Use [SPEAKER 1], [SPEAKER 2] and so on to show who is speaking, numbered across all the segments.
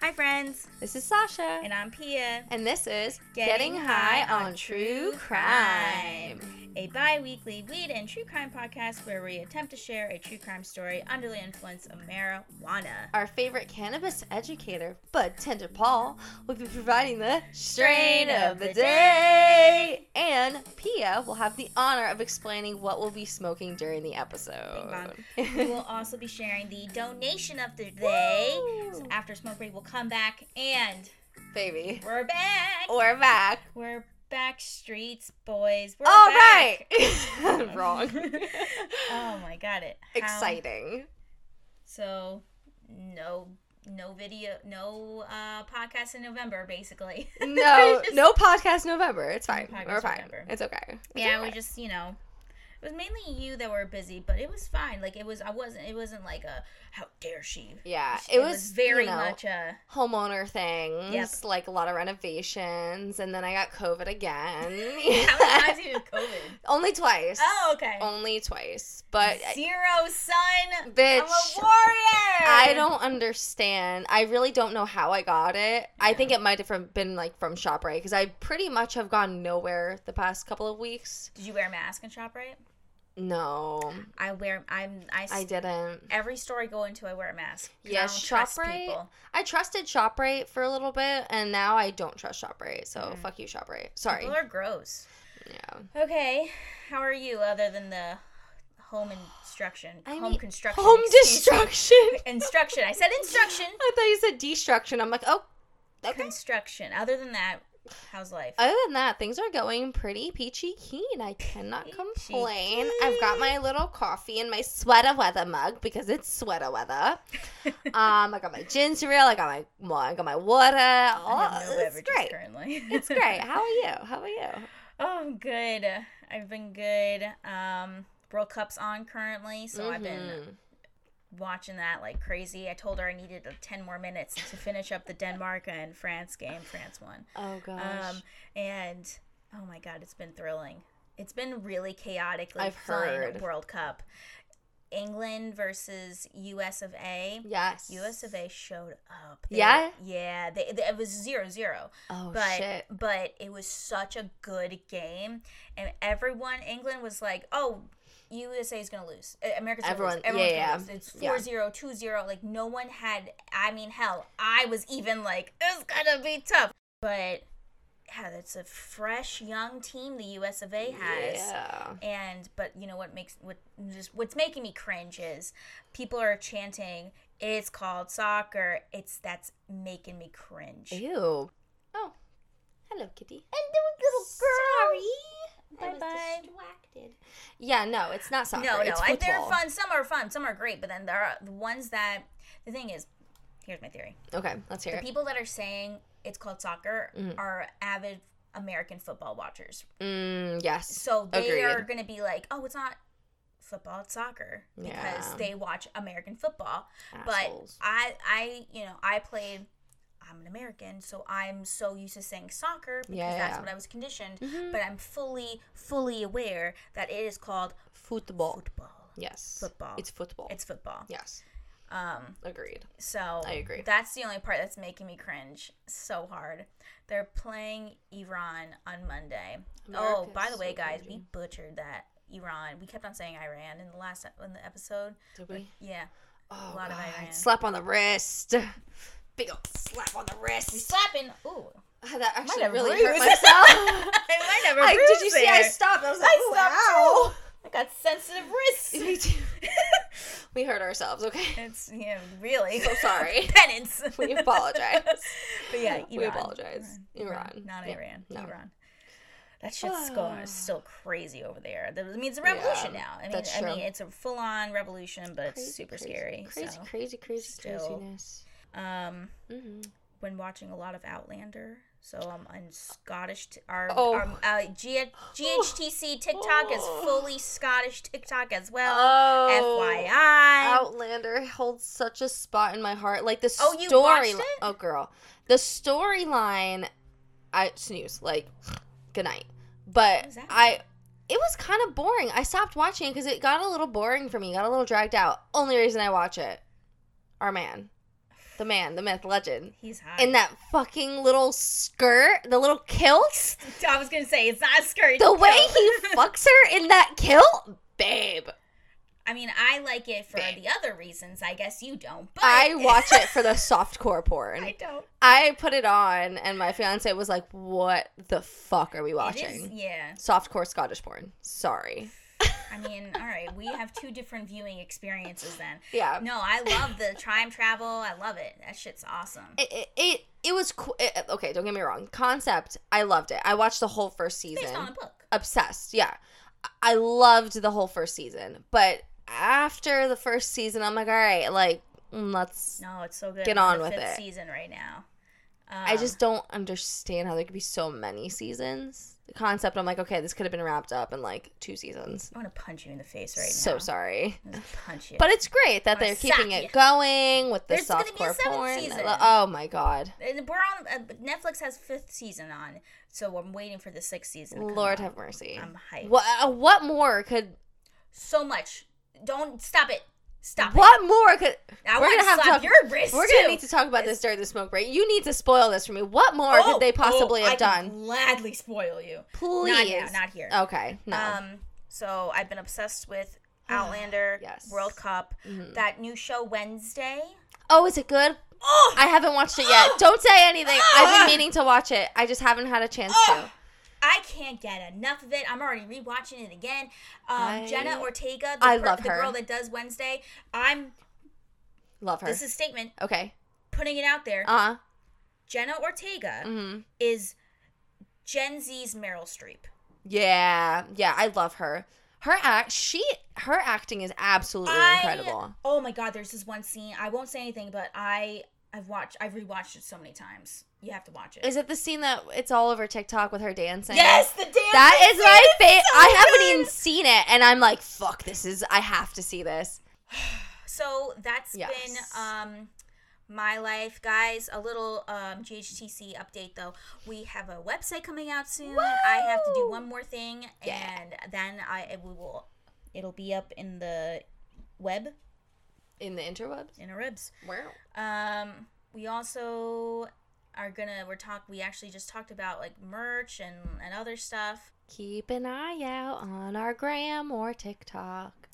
[SPEAKER 1] Hi, friends.
[SPEAKER 2] This is Sasha.
[SPEAKER 1] And I'm Pia.
[SPEAKER 2] And this is Getting, High on True Crime.
[SPEAKER 1] A bi weekly weed and true crime podcast where we attempt to share a true crime story under the influence of marijuana.
[SPEAKER 2] Our favorite cannabis educator, Bud Tender Paul, will be providing the strain of the day. And Pia will have the honor of explaining what we'll be smoking during the episode.
[SPEAKER 1] Bing bong. we will also be sharing the donation of the day.
[SPEAKER 2] Woo!
[SPEAKER 1] So after smoke break, we'll come back and
[SPEAKER 2] Baby.
[SPEAKER 1] we're back.
[SPEAKER 2] We're back.
[SPEAKER 1] We're back, streets boys. We're
[SPEAKER 2] All
[SPEAKER 1] back.
[SPEAKER 2] right. Wrong. Um,
[SPEAKER 1] oh my god! It how-
[SPEAKER 2] Exciting.
[SPEAKER 1] So no no video no uh podcast in November basically.
[SPEAKER 2] No,
[SPEAKER 1] Just-
[SPEAKER 2] no podcast November. It's fine.
[SPEAKER 1] podcast
[SPEAKER 2] We're fine.
[SPEAKER 1] November.
[SPEAKER 2] It's okay. It's
[SPEAKER 1] yeah, we
[SPEAKER 2] okay.
[SPEAKER 1] just, you know, it was mainly you that were busy, but it was fine. Like it was I wasn't it wasn't like a how dare she.
[SPEAKER 2] yeah. It, was,
[SPEAKER 1] very
[SPEAKER 2] you know,
[SPEAKER 1] much a
[SPEAKER 2] homeowner things,
[SPEAKER 1] Yep.
[SPEAKER 2] like a lot of renovations, and then I got COVID
[SPEAKER 1] how many
[SPEAKER 2] again.
[SPEAKER 1] times did you have COVID?
[SPEAKER 2] Only twice.
[SPEAKER 1] Oh, okay.
[SPEAKER 2] Only twice. But
[SPEAKER 1] Zero son. I'm
[SPEAKER 2] bitch,
[SPEAKER 1] a warrior.
[SPEAKER 2] I don't understand. I really don't know how I got it. I think it might have from, been like from ShopRite because I pretty much have gone nowhere the past couple of weeks.
[SPEAKER 1] Did you wear a mask and shop right?
[SPEAKER 2] No,
[SPEAKER 1] I wear I'm I,
[SPEAKER 2] I didn't.
[SPEAKER 1] every store I go into I wear a mask. 'cause I
[SPEAKER 2] Yeah,
[SPEAKER 1] don't trust
[SPEAKER 2] ShopRite,
[SPEAKER 1] people.
[SPEAKER 2] I trusted ShopRite for a little bit, and now I don't trust ShopRite. So
[SPEAKER 1] Mhm.
[SPEAKER 2] fuck you, ShopRite. Sorry.
[SPEAKER 1] People are gross.
[SPEAKER 2] Yeah.
[SPEAKER 1] Okay, how are you other than the home instruction?
[SPEAKER 2] I
[SPEAKER 1] home
[SPEAKER 2] mean,
[SPEAKER 1] construction.
[SPEAKER 2] Home
[SPEAKER 1] excuse me.
[SPEAKER 2] destruction.
[SPEAKER 1] Instruction. I said instruction.
[SPEAKER 2] I thought you said destruction. I'm like, oh, okay. Uh,
[SPEAKER 1] Construction. Other than that, how's life?
[SPEAKER 2] Other than that, things are going pretty peachy keen. I cannot
[SPEAKER 1] Peachy
[SPEAKER 2] complain. I've got my little coffee in my sweater weather mug because it's sweater weather. um, I got my ginger ale. I got my well, I got my water. All,
[SPEAKER 1] I have no
[SPEAKER 2] uh, it's
[SPEAKER 1] beverages
[SPEAKER 2] great.
[SPEAKER 1] currently.
[SPEAKER 2] It's great. How are you? How are you?
[SPEAKER 1] oh, I'm good. I've been good. Um, World Cup's on currently, so I've been
[SPEAKER 2] Mhm.
[SPEAKER 1] watching that like crazy. I told her I needed uh, ten more minutes to finish up the Denmark and France game. France won.
[SPEAKER 2] Oh gosh.
[SPEAKER 1] Um, and oh my god, it's been thrilling. It's been really chaotically
[SPEAKER 2] I've
[SPEAKER 1] fun
[SPEAKER 2] heard.
[SPEAKER 1] World Cup. England versus U.S. of A.
[SPEAKER 2] yes.
[SPEAKER 1] U.S. of A showed up. They-
[SPEAKER 2] Yeah?
[SPEAKER 1] yeah. They, they- it was zero zero,
[SPEAKER 2] Oh
[SPEAKER 1] but
[SPEAKER 2] shit.
[SPEAKER 1] but it was such a good game, and everyone England was like, oh. USA is gonna lose. Uh, America's gonna
[SPEAKER 2] Everyone-
[SPEAKER 1] lose. Everyone's
[SPEAKER 2] yeah,
[SPEAKER 1] gonna
[SPEAKER 2] yeah.
[SPEAKER 1] lose. It's
[SPEAKER 2] Yeah.
[SPEAKER 1] 4 0, 2 0. Like, no one had. I mean, hell, I was even like, it's gonna be tough. But yeah, that's a fresh young team the US of A has.
[SPEAKER 2] Yeah.
[SPEAKER 1] And but you know what makes what just what's making me cringe is people are chanting it's called soccer. It's that's making me cringe. And
[SPEAKER 2] Ew. Oh. Hello, kitty.
[SPEAKER 1] little
[SPEAKER 2] I was
[SPEAKER 1] Bye
[SPEAKER 2] distracted. Yeah, no, it's not
[SPEAKER 1] bye.
[SPEAKER 2] soccer.
[SPEAKER 1] No, no,
[SPEAKER 2] it's
[SPEAKER 1] I, they're
[SPEAKER 2] football.
[SPEAKER 1] fun. Some are fun. Some are great. But then there are the ones that the thing is, here's my theory:
[SPEAKER 2] Okay, let's hear
[SPEAKER 1] the
[SPEAKER 2] it.
[SPEAKER 1] people that are saying it's called soccer
[SPEAKER 2] Mhm.
[SPEAKER 1] are avid American football watchers.
[SPEAKER 2] Mm, yes.
[SPEAKER 1] So they
[SPEAKER 2] Agreed.
[SPEAKER 1] are going to be like, oh, it's not football, it's soccer because
[SPEAKER 2] Yeah.
[SPEAKER 1] they watch American football.
[SPEAKER 2] Assholes.
[SPEAKER 1] But I, I, you know, I played. I'm an American, so I'm so used to saying soccer because
[SPEAKER 2] Yeah,
[SPEAKER 1] that's
[SPEAKER 2] yeah.
[SPEAKER 1] what I was conditioned.
[SPEAKER 2] Mhm.
[SPEAKER 1] But I'm fully, fully aware that it is called
[SPEAKER 2] football.
[SPEAKER 1] football.
[SPEAKER 2] Yes.
[SPEAKER 1] Football.
[SPEAKER 2] It's football.
[SPEAKER 1] It's football.
[SPEAKER 2] yes.
[SPEAKER 1] Um,
[SPEAKER 2] Agreed.
[SPEAKER 1] so
[SPEAKER 2] I agree.
[SPEAKER 1] That's the only part that's making me cringe so hard. They're playing Iran on Monday. oh,
[SPEAKER 2] America's
[SPEAKER 1] by the way,
[SPEAKER 2] so
[SPEAKER 1] guys, we
[SPEAKER 2] cringy.
[SPEAKER 1] butchered that Iran. We kept on saying Iran in the last in the episode.
[SPEAKER 2] Did we?
[SPEAKER 1] Yeah,
[SPEAKER 2] Oh,
[SPEAKER 1] lot of
[SPEAKER 2] God.
[SPEAKER 1] Iran.
[SPEAKER 2] Slap on the wrist. Big old slap on the
[SPEAKER 1] we
[SPEAKER 2] wrist.
[SPEAKER 1] slapping. Ooh,
[SPEAKER 2] Ah, that actually
[SPEAKER 1] have
[SPEAKER 2] really hurt
[SPEAKER 1] bruised.
[SPEAKER 2] myself.
[SPEAKER 1] I might have a
[SPEAKER 2] I,
[SPEAKER 1] bruise
[SPEAKER 2] did you see? I
[SPEAKER 1] there.
[SPEAKER 2] stopped. I was like,
[SPEAKER 1] I
[SPEAKER 2] wow.
[SPEAKER 1] stopped I got sensitive wrists.
[SPEAKER 2] Me too. we hurt ourselves. Okay.
[SPEAKER 1] It's yeah, really.
[SPEAKER 2] So sorry.
[SPEAKER 1] Penance.
[SPEAKER 2] We apologize.
[SPEAKER 1] But yeah, Iran.
[SPEAKER 2] We apologize. Iran.
[SPEAKER 1] Not
[SPEAKER 2] Yeah,
[SPEAKER 1] Iran.
[SPEAKER 2] no.
[SPEAKER 1] Iran. That shit's going still crazy over there. That I mean, it's a revolution
[SPEAKER 2] Yeah,
[SPEAKER 1] now. I mean,
[SPEAKER 2] that's
[SPEAKER 1] I
[SPEAKER 2] true.
[SPEAKER 1] mean, it's a full-on revolution, but
[SPEAKER 2] Crazy,
[SPEAKER 1] it's super
[SPEAKER 2] crazy,
[SPEAKER 1] scary.
[SPEAKER 2] Crazy,
[SPEAKER 1] so,
[SPEAKER 2] crazy, crazy,
[SPEAKER 1] still-
[SPEAKER 2] craziness.
[SPEAKER 1] um,
[SPEAKER 2] hmm
[SPEAKER 1] been watching a lot of Outlander. So um, I'm Scottish. T- our
[SPEAKER 2] Oh.
[SPEAKER 1] our uh, G- GHTC TikTok is fully Scottish TikTok as well.
[SPEAKER 2] Oh,
[SPEAKER 1] FYI.
[SPEAKER 2] Outlander holds such a spot in my heart. Like the
[SPEAKER 1] Oh, you
[SPEAKER 2] story.
[SPEAKER 1] watched it?
[SPEAKER 2] Oh, girl, the storyline. I snooze. Like, good night. But
[SPEAKER 1] was that?
[SPEAKER 2] I, it was kind of boring. I stopped watching it because it got a little boring for me. Got a little dragged out. Only reason I watch it, our man, the man, the myth, legend,
[SPEAKER 1] He's hot.
[SPEAKER 2] in that fucking little skirt, the little kilt,
[SPEAKER 1] I was gonna say it's not a skirt. it's
[SPEAKER 2] the
[SPEAKER 1] a
[SPEAKER 2] way
[SPEAKER 1] kilt.
[SPEAKER 2] he fucks her in that kilt, babe.
[SPEAKER 1] I mean, I like it for
[SPEAKER 2] Babe.
[SPEAKER 1] the other reasons. I guess you don't. But
[SPEAKER 2] I watch it for the softcore porn.
[SPEAKER 1] I don't.
[SPEAKER 2] I put it on, and my fiance was like, "What the fuck are
[SPEAKER 1] It
[SPEAKER 2] we
[SPEAKER 1] is,
[SPEAKER 2] watching?"
[SPEAKER 1] yeah.
[SPEAKER 2] Softcore Scottish porn. Sorry.
[SPEAKER 1] I mean, all right. We have two different viewing experiences then.
[SPEAKER 2] Yeah.
[SPEAKER 1] No, I love the time travel. I love it. That shit's awesome.
[SPEAKER 2] It, it, it, it was cool. It, okay, don't get me wrong. Concept, I loved it. I watched the whole first season.
[SPEAKER 1] Based on a book.
[SPEAKER 2] Obsessed, yeah. I- I loved the whole first season. But after the first season, I'm like, all right, like, mm, let's.
[SPEAKER 1] No, it's so good.
[SPEAKER 2] Get
[SPEAKER 1] We're
[SPEAKER 2] on
[SPEAKER 1] the
[SPEAKER 2] with
[SPEAKER 1] fifth
[SPEAKER 2] it.
[SPEAKER 1] Season right now.
[SPEAKER 2] I
[SPEAKER 1] Um,
[SPEAKER 2] just don't understand how there could be so many seasons. The concept, I'm like, okay, this could have been wrapped up in like two seasons.
[SPEAKER 1] I want to punch you in the face right
[SPEAKER 2] so
[SPEAKER 1] now.
[SPEAKER 2] sorry.
[SPEAKER 1] I'm gonna punch you.
[SPEAKER 2] But it's great that
[SPEAKER 1] Wanna
[SPEAKER 2] they're
[SPEAKER 1] sock
[SPEAKER 2] keeping
[SPEAKER 1] ya.
[SPEAKER 2] it going with the
[SPEAKER 1] There's gonna be a
[SPEAKER 2] softcore
[SPEAKER 1] seventh
[SPEAKER 2] porn.
[SPEAKER 1] season.
[SPEAKER 2] Oh my god.
[SPEAKER 1] And we're on uh, Netflix has fifth season on, so I'm waiting for the sixth season. to come
[SPEAKER 2] Lord
[SPEAKER 1] out.
[SPEAKER 2] have mercy.
[SPEAKER 1] I'm hyped.
[SPEAKER 2] What uh, what more could
[SPEAKER 1] So much. Don't stop it. Stop it.
[SPEAKER 2] what more could
[SPEAKER 1] I
[SPEAKER 2] we're
[SPEAKER 1] want
[SPEAKER 2] gonna
[SPEAKER 1] to
[SPEAKER 2] have
[SPEAKER 1] slap
[SPEAKER 2] to talk-
[SPEAKER 1] your wrist
[SPEAKER 2] we're
[SPEAKER 1] too.
[SPEAKER 2] gonna need to talk about this during the smoke break. You need to spoil this for me. What more
[SPEAKER 1] Oh,
[SPEAKER 2] could they possibly
[SPEAKER 1] oh,
[SPEAKER 2] have
[SPEAKER 1] I
[SPEAKER 2] done?
[SPEAKER 1] Can gladly spoil you.
[SPEAKER 2] Please.
[SPEAKER 1] Not here. Not here.
[SPEAKER 2] okay. No.
[SPEAKER 1] Um. So I've been obsessed with Outlander,
[SPEAKER 2] Yes.
[SPEAKER 1] World Cup,
[SPEAKER 2] Mhm.
[SPEAKER 1] that new show Wednesday.
[SPEAKER 2] oh, is it good?
[SPEAKER 1] Oh,
[SPEAKER 2] I haven't watched it yet. Don't say anything. I've
[SPEAKER 1] Ah!
[SPEAKER 2] been meaning to watch it. I just haven't had a chance to.
[SPEAKER 1] Oh! I can't get enough of it. I'm already rewatching it again. Um,
[SPEAKER 2] I-
[SPEAKER 1] Jenna Ortega, the,
[SPEAKER 2] I love
[SPEAKER 1] the
[SPEAKER 2] her.
[SPEAKER 1] girl that does Wednesday. I'm.
[SPEAKER 2] Love her.
[SPEAKER 1] This is a statement.
[SPEAKER 2] okay.
[SPEAKER 1] Putting it out there.
[SPEAKER 2] Uh.
[SPEAKER 1] Jenna Ortega
[SPEAKER 2] Mm-hmm.
[SPEAKER 1] is Gen Z's Meryl Streep.
[SPEAKER 2] Yeah, yeah, I love her. Her act, she, her acting is absolutely
[SPEAKER 1] I-
[SPEAKER 2] incredible.
[SPEAKER 1] Oh my god, there's this one scene. I won't say anything, but I I've watched I've rewatched it so many times. You have to watch it.
[SPEAKER 2] Is it the scene that it's all over TikTok with her dancing?
[SPEAKER 1] yes, the damn
[SPEAKER 2] that is my favorite.
[SPEAKER 1] so
[SPEAKER 2] I haven't
[SPEAKER 1] good.
[SPEAKER 2] even seen it, and I'm like, fuck, this is. I have to see this.
[SPEAKER 1] So that's
[SPEAKER 2] Yes.
[SPEAKER 1] been um my life, guys. A little um, GHTC update though. We have a website coming out soon. I have to do
[SPEAKER 2] Woo!
[SPEAKER 1] one more thing,
[SPEAKER 2] Yeah.
[SPEAKER 1] and then I it- we will. It'll be up in the web
[SPEAKER 2] In the interwebs,
[SPEAKER 1] in our ribs.
[SPEAKER 2] where?
[SPEAKER 1] Um, we also are gonna we're talk we actually just talked about like merch and and other stuff.
[SPEAKER 2] Keep an eye out on our gram or TikTok.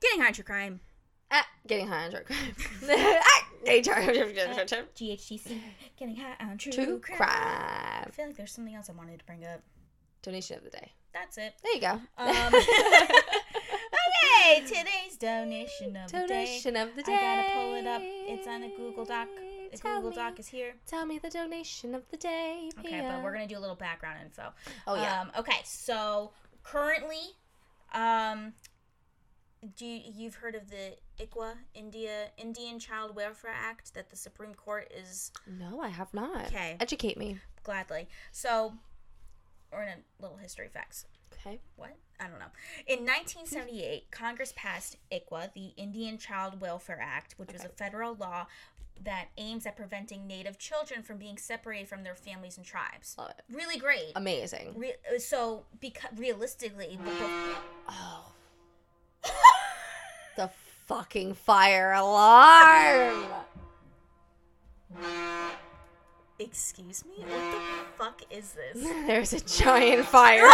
[SPEAKER 1] Getting high into crime.
[SPEAKER 2] Ah, getting high on drug. Ah, HR.
[SPEAKER 1] GHTC. Getting high on true,
[SPEAKER 2] True
[SPEAKER 1] crime. I
[SPEAKER 2] crime.
[SPEAKER 1] feel like there's something else I wanted to bring up.
[SPEAKER 2] Donation of the day.
[SPEAKER 1] That's it.
[SPEAKER 2] There you go.
[SPEAKER 1] Um, okay, today's donation of
[SPEAKER 2] Donation of
[SPEAKER 1] the
[SPEAKER 2] the
[SPEAKER 1] day.
[SPEAKER 2] day.
[SPEAKER 1] I gotta pull it up. It's on a Google Doc. The
[SPEAKER 2] Tell
[SPEAKER 1] Google
[SPEAKER 2] me,
[SPEAKER 1] Doc is here.
[SPEAKER 2] Tell me the donation of the day.
[SPEAKER 1] Okay, but we're gonna do a little background info.
[SPEAKER 2] Oh yeah.
[SPEAKER 1] Um, okay, so currently, um, do you, you've heard of the ICWA, India Indian Child Welfare Act that the Supreme Court is
[SPEAKER 2] no, I have not.
[SPEAKER 1] Okay.
[SPEAKER 2] Educate me.
[SPEAKER 1] gladly. So, we're in a little history facts.
[SPEAKER 2] Okay.
[SPEAKER 1] what? I don't know. In 1978, Congress passed ICWA, the Indian Child Welfare Act, which was a federal law that aims at preventing Native children from being separated from their families and tribes.
[SPEAKER 2] Love it.
[SPEAKER 1] Really great.
[SPEAKER 2] Amazing.
[SPEAKER 1] Re- uh, so, because realistically, but the-
[SPEAKER 2] Oh. the fucking fire alarm.
[SPEAKER 1] excuse me, what the fuck is this?
[SPEAKER 2] There's a giant fire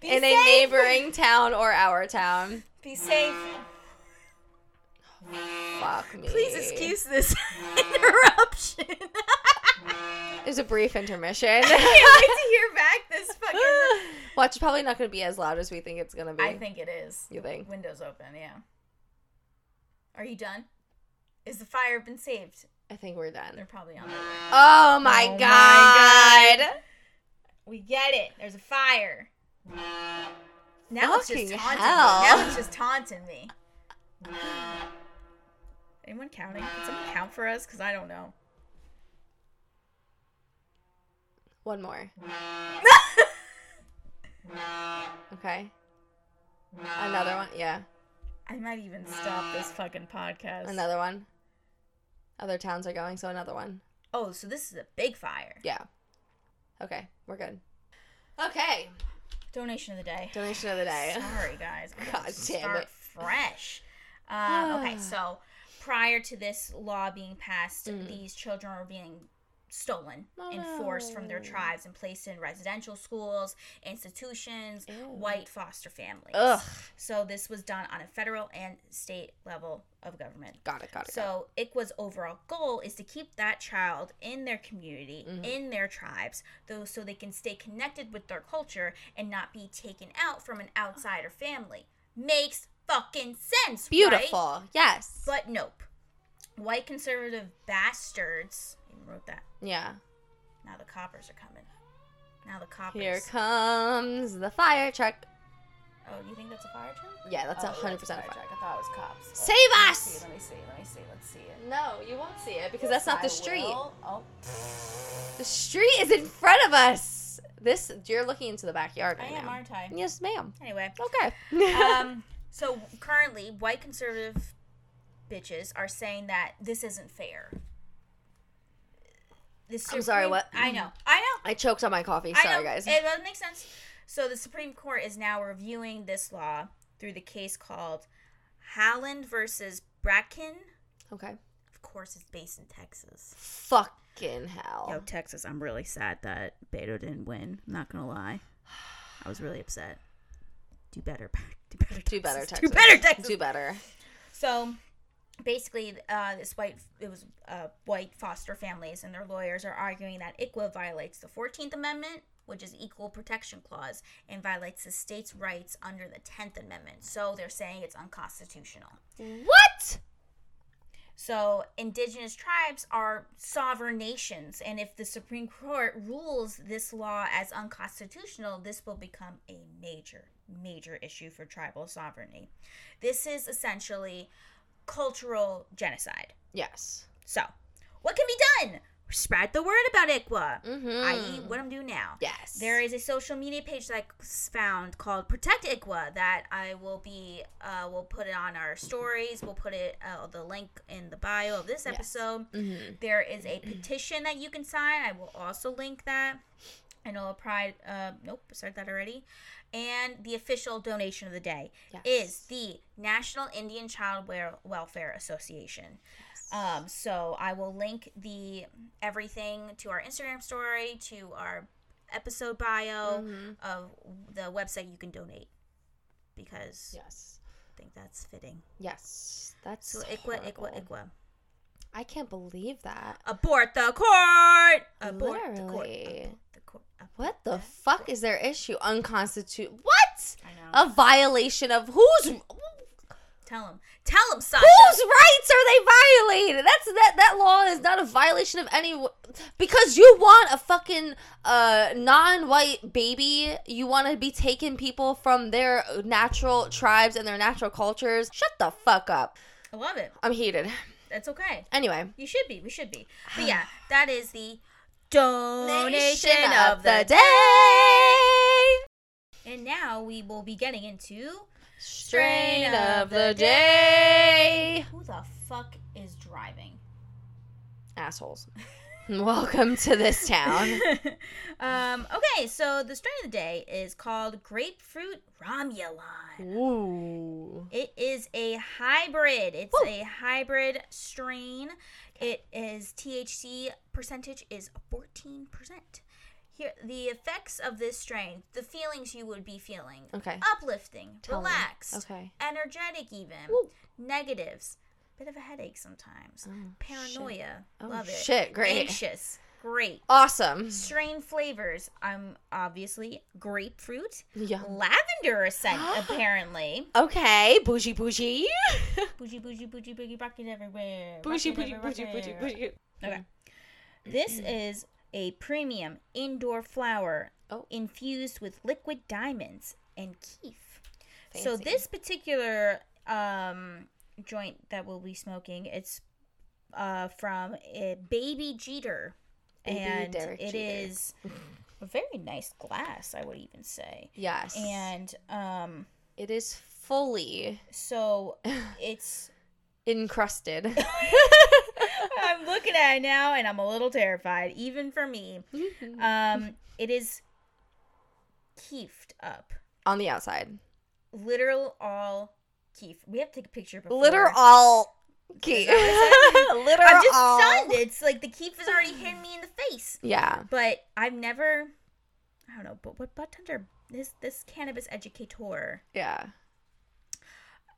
[SPEAKER 1] Be
[SPEAKER 2] in a
[SPEAKER 1] safe.
[SPEAKER 2] neighboring town or our town.
[SPEAKER 1] Be safe.
[SPEAKER 2] Fuck me.
[SPEAKER 1] Please excuse this interruption.
[SPEAKER 2] There's a brief intermission.
[SPEAKER 1] I can't wait to hear back this fucking.
[SPEAKER 2] Watch, it's probably not going to be as loud as we think it's going to be.
[SPEAKER 1] I think it is.
[SPEAKER 2] you think?
[SPEAKER 1] Windows open, yeah. Are you done? Is the fire been saved?
[SPEAKER 2] I think we're done.
[SPEAKER 1] They're probably on their way.
[SPEAKER 2] Oh my
[SPEAKER 1] Oh my
[SPEAKER 2] god.
[SPEAKER 1] We get it. There's a fire. Now it's just
[SPEAKER 2] Fucking
[SPEAKER 1] taunting
[SPEAKER 2] hell.
[SPEAKER 1] me. Now it's just taunting me. Anyone counting? Can someone count for us? Because I don't know.
[SPEAKER 2] One more. Okay. Another one. Yeah.
[SPEAKER 1] I might even stop this fucking podcast.
[SPEAKER 2] Another one. Other towns are going, so another one.
[SPEAKER 1] Oh, so this is a big fire.
[SPEAKER 2] Yeah. Okay, we're good. Okay.
[SPEAKER 1] Donation of the day.
[SPEAKER 2] Donation of the day.
[SPEAKER 1] Sorry, guys. I'm gonna
[SPEAKER 2] God damn
[SPEAKER 1] start
[SPEAKER 2] it.
[SPEAKER 1] fresh. Um, Uh, okay, so prior to this law being passed,
[SPEAKER 2] Mm.
[SPEAKER 1] these children were being stolen
[SPEAKER 2] Oh,
[SPEAKER 1] and forced from their
[SPEAKER 2] no.
[SPEAKER 1] tribes and placed in residential schools, institutions,
[SPEAKER 2] Ew.
[SPEAKER 1] white foster families.
[SPEAKER 2] Ugh.
[SPEAKER 1] So this was done on a federal and state level of government.
[SPEAKER 2] Got it. Got it. got
[SPEAKER 1] So ICWA's overall goal is to keep that child in their community,
[SPEAKER 2] Mhm.
[SPEAKER 1] in their tribes, though so they can stay connected with their culture and not be taken out from an outsider family. Makes fucking sense.
[SPEAKER 2] it.
[SPEAKER 1] right?
[SPEAKER 2] beautiful. Yes.
[SPEAKER 1] But nope. White conservative bastards I even wrote that.
[SPEAKER 2] yeah.
[SPEAKER 1] Now the coppers are coming. Now the coppers.
[SPEAKER 2] Here comes the fire truck.
[SPEAKER 1] oh, you think that's a fire truck?
[SPEAKER 2] Yeah, that's a
[SPEAKER 1] Oh,
[SPEAKER 2] hundred
[SPEAKER 1] yeah,
[SPEAKER 2] percent
[SPEAKER 1] it's
[SPEAKER 2] fire.
[SPEAKER 1] truck. I thought it was cops.
[SPEAKER 2] Save
[SPEAKER 1] Let me
[SPEAKER 2] us!
[SPEAKER 1] see, Let me see. Let me see. Let's see it.
[SPEAKER 2] No, you won't see it because that's not the
[SPEAKER 1] I
[SPEAKER 2] street.
[SPEAKER 1] will- Oh.
[SPEAKER 2] The street is in front of us. This you're looking into the backyard
[SPEAKER 1] I
[SPEAKER 2] right
[SPEAKER 1] am,
[SPEAKER 2] now.
[SPEAKER 1] aren't I?
[SPEAKER 2] Yes, ma'am.
[SPEAKER 1] Anyway,
[SPEAKER 2] Okay.
[SPEAKER 1] um, so currently, white conservative bitches are saying that this isn't fair. The
[SPEAKER 2] I'm sorry,
[SPEAKER 1] Supreme-
[SPEAKER 2] what?
[SPEAKER 1] I know. I know.
[SPEAKER 2] I choked on my coffee.
[SPEAKER 1] I
[SPEAKER 2] Sorry,
[SPEAKER 1] know.
[SPEAKER 2] guys.
[SPEAKER 1] It doesn't make sense. So the Supreme Court is now reviewing this law through the case called Howland versus Bracken.
[SPEAKER 2] okay.
[SPEAKER 1] Of course, it's based in Texas. Oh.
[SPEAKER 2] Fucking hell.
[SPEAKER 1] Yo, Texas, I'm really sad that Beto didn't win. I'm not gonna lie, I was really upset. Do better, do better,
[SPEAKER 2] Do better,
[SPEAKER 1] Texas.
[SPEAKER 2] Texas.
[SPEAKER 1] Do better, Texas.
[SPEAKER 2] Do better.
[SPEAKER 1] So basically, uh, this white it was uh, white foster families and their lawyers are arguing that ICWA violates the Fourteenth Amendment, which is Equal Protection Clause, and violates the state's rights under the Tenth Amendment. So they're saying it's unconstitutional.
[SPEAKER 2] What?
[SPEAKER 1] So indigenous tribes are sovereign nations, and if the Supreme Court rules this law as unconstitutional, this will become a major, major issue for tribal sovereignty. This is essentially cultural genocide.
[SPEAKER 2] Yes.
[SPEAKER 1] So, what can be done? Spread the word about ICWA,
[SPEAKER 2] Mm-hmm.
[SPEAKER 1] i.e., what I'm doing now.
[SPEAKER 2] Yes.
[SPEAKER 1] There is a social media page that I s- found called Protect ICWA that I will be, uh, we'll put it on our stories. We'll put it, uh, the link in the bio of this
[SPEAKER 2] Yes.
[SPEAKER 1] episode.
[SPEAKER 2] Mm-hmm.
[SPEAKER 1] There is a petition that you can sign. I will also link that. And it'll apply, uh, nope, I started that already. And the official donation of the day
[SPEAKER 2] Yes.
[SPEAKER 1] is the National Indian Child Wel- Welfare Association. Um, so I will link the everything to our Instagram story, to our episode bio
[SPEAKER 2] Mhm.
[SPEAKER 1] of the website you can donate because
[SPEAKER 2] Yes.
[SPEAKER 1] I think that's fitting.
[SPEAKER 2] Yes. That's
[SPEAKER 1] So ICWA,
[SPEAKER 2] horrible.
[SPEAKER 1] ICWA, ICWA.
[SPEAKER 2] I can't believe that.
[SPEAKER 1] Abort the court. Abort the court.
[SPEAKER 2] Literally.
[SPEAKER 1] Abort the court. Abort
[SPEAKER 2] What the
[SPEAKER 1] that
[SPEAKER 2] fuck
[SPEAKER 1] court.
[SPEAKER 2] is their issue? Unconstitutional. What?
[SPEAKER 1] I know.
[SPEAKER 2] A violation of whose
[SPEAKER 1] Tell him. Tell him, Sasha.
[SPEAKER 2] whose rights are they violating? That's that that law is not a violation of any because you want a fucking uh non-white baby, you want to be taking people from their natural tribes and their natural cultures. Shut the fuck up.
[SPEAKER 1] I love it.
[SPEAKER 2] I'm heated.
[SPEAKER 1] That's okay.
[SPEAKER 2] Anyway,
[SPEAKER 1] You should be. We should be. But yeah, that is the donation of the day.
[SPEAKER 2] day.
[SPEAKER 1] And now we will be getting into
[SPEAKER 2] Strain of the day.
[SPEAKER 1] Who the fuck is driving?
[SPEAKER 2] Assholes. Welcome to this town.
[SPEAKER 1] um, okay, so the strain of the day is called Grapefruit Romulan.
[SPEAKER 2] Ooh.
[SPEAKER 1] It is a hybrid. It's
[SPEAKER 2] Woo.
[SPEAKER 1] a hybrid strain. It is THC percentage is 14%. Here the effects of this strain, the feelings you would be feeling.
[SPEAKER 2] Okay.
[SPEAKER 1] Uplifting,
[SPEAKER 2] Tell me.
[SPEAKER 1] relaxed,
[SPEAKER 2] Okay.
[SPEAKER 1] energetic even,
[SPEAKER 2] Woo.
[SPEAKER 1] negatives, bit of a headache sometimes.
[SPEAKER 2] Oh, shit.
[SPEAKER 1] Paranoia.
[SPEAKER 2] Oh,
[SPEAKER 1] Love it.
[SPEAKER 2] shit, great.
[SPEAKER 1] Anxious. Great.
[SPEAKER 2] Awesome.
[SPEAKER 1] Strain flavors. I'm obviously grapefruit.
[SPEAKER 2] Yeah.
[SPEAKER 1] Lavender scent, apparently.
[SPEAKER 2] Okay. Bougie, bougie.
[SPEAKER 1] Bougie, bougie, bougie, bougie, rocket everywhere.
[SPEAKER 2] bougie,
[SPEAKER 1] rocket
[SPEAKER 2] bougie,
[SPEAKER 1] everywhere,
[SPEAKER 2] bougie, bougie,
[SPEAKER 1] rocket
[SPEAKER 2] bougie.
[SPEAKER 1] everywhere. Okay. Mm-hmm. This is a premium indoor flower
[SPEAKER 2] Oh.
[SPEAKER 1] infused with liquid diamonds and keef. So
[SPEAKER 2] Fancy.
[SPEAKER 1] this particular um, joint that we'll be smoking, it's uh, from a Baby Jeter,
[SPEAKER 2] Baby
[SPEAKER 1] and it
[SPEAKER 2] Derek
[SPEAKER 1] is
[SPEAKER 2] Jeter.
[SPEAKER 1] a very nice glass, I would even say.
[SPEAKER 2] Yes.
[SPEAKER 1] And um,
[SPEAKER 2] it is fully
[SPEAKER 1] so it's.
[SPEAKER 2] encrusted.
[SPEAKER 1] I'm looking at it now, and I'm a little terrified, even for me. Um, it is keefed up,
[SPEAKER 2] On the outside.
[SPEAKER 1] literal all keef. We have to take a picture. Before.
[SPEAKER 2] Literal Kate.
[SPEAKER 1] that
[SPEAKER 2] Literal.
[SPEAKER 1] I'm just stunned. It's like the keep is already hitting me in the face.
[SPEAKER 2] Yeah.
[SPEAKER 1] But I've never, I don't know, but what bartender, this, this cannabis educator,
[SPEAKER 2] Yeah.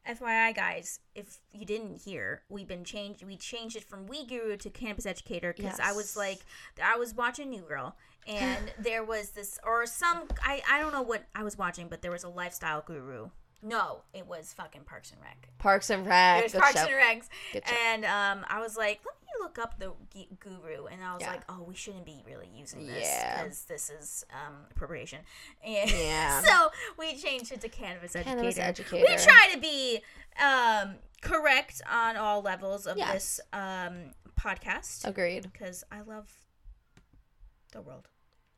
[SPEAKER 1] FYI, guys, if you didn't hear, we've been changed. We changed it from We Guru to Cannabis Educator because I
[SPEAKER 2] Yes.
[SPEAKER 1] was like, I was watching New Girl, and there was this or some I I don't know what I was watching, but there was a lifestyle guru. No, it was fucking Parks and Rec.
[SPEAKER 2] Parks and
[SPEAKER 1] It
[SPEAKER 2] Rec.
[SPEAKER 1] was
[SPEAKER 2] good
[SPEAKER 1] Parks
[SPEAKER 2] show.
[SPEAKER 1] and Recs,
[SPEAKER 2] Good show.
[SPEAKER 1] and um, I was like, let me look up the g- guru, and I was
[SPEAKER 2] Yeah.
[SPEAKER 1] like, oh, we shouldn't be really using this
[SPEAKER 2] Yeah.
[SPEAKER 1] because this is um appropriation. And
[SPEAKER 2] Yeah.
[SPEAKER 1] so we changed it to Cannabis
[SPEAKER 2] Cannabis
[SPEAKER 1] Educator.
[SPEAKER 2] educator.
[SPEAKER 1] We try to be um, correct on all levels of this um, podcast
[SPEAKER 2] Agreed.
[SPEAKER 1] because I love the world.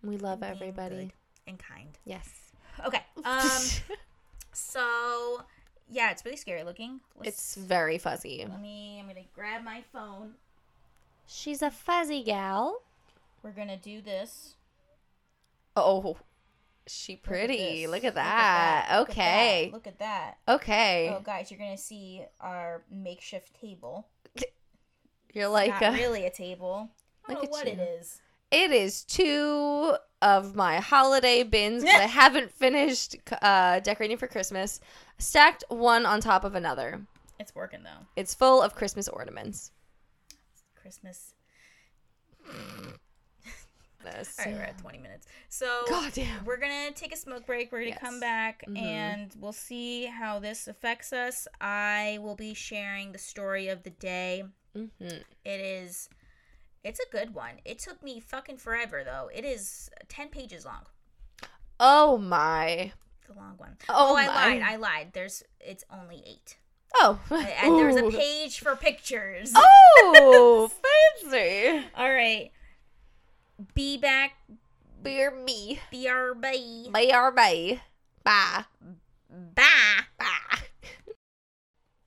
[SPEAKER 2] We love
[SPEAKER 1] being
[SPEAKER 2] everybody.
[SPEAKER 1] good and kind.
[SPEAKER 2] Yes.
[SPEAKER 1] Okay. Um, so yeah, it's really scary looking. Let's,
[SPEAKER 2] it's very fuzzy.
[SPEAKER 1] let me. I'm gonna grab my phone.
[SPEAKER 2] She's a fuzzy gal.
[SPEAKER 1] We're gonna do this.
[SPEAKER 2] Oh, she
[SPEAKER 1] Look at
[SPEAKER 2] pretty.
[SPEAKER 1] this.
[SPEAKER 2] Look at that.
[SPEAKER 1] Look at that.
[SPEAKER 2] Okay.
[SPEAKER 1] Look at that.
[SPEAKER 2] Okay.
[SPEAKER 1] Oh, guys, you're gonna see our makeshift table.
[SPEAKER 2] You're like
[SPEAKER 1] Not
[SPEAKER 2] uh,
[SPEAKER 1] really a table. I don't
[SPEAKER 2] look
[SPEAKER 1] know
[SPEAKER 2] at
[SPEAKER 1] what it
[SPEAKER 2] you.
[SPEAKER 1] is.
[SPEAKER 2] it is two of my holiday bins that I haven't finished uh, decorating for Christmas, stacked one on top of another.
[SPEAKER 1] It's working though.
[SPEAKER 2] It's full of Christmas ornaments.
[SPEAKER 1] Christmas.
[SPEAKER 2] This.
[SPEAKER 1] All right, we're at 20 minutes. So
[SPEAKER 2] God damn.
[SPEAKER 1] we're gonna take a smoke break. We're gonna
[SPEAKER 2] Yes.
[SPEAKER 1] come back
[SPEAKER 2] Mhm.
[SPEAKER 1] and we'll see how this affects us. I will be sharing the story of the day.
[SPEAKER 2] hmm
[SPEAKER 1] It is, it's a good one. It took me fucking forever though. It is 10 pages long.
[SPEAKER 2] Oh my.
[SPEAKER 1] It's a long one.
[SPEAKER 2] Oh,
[SPEAKER 1] Oh, I
[SPEAKER 2] my.
[SPEAKER 1] lied. I lied. There's it's only eight,
[SPEAKER 2] oh.
[SPEAKER 1] and there's a
[SPEAKER 2] Ooh.
[SPEAKER 1] page for pictures.
[SPEAKER 2] Oh, fancy.
[SPEAKER 1] All right. Be back,
[SPEAKER 2] Beer me.
[SPEAKER 1] brb.
[SPEAKER 2] BRB.
[SPEAKER 1] Bye.
[SPEAKER 2] Bye. Bye.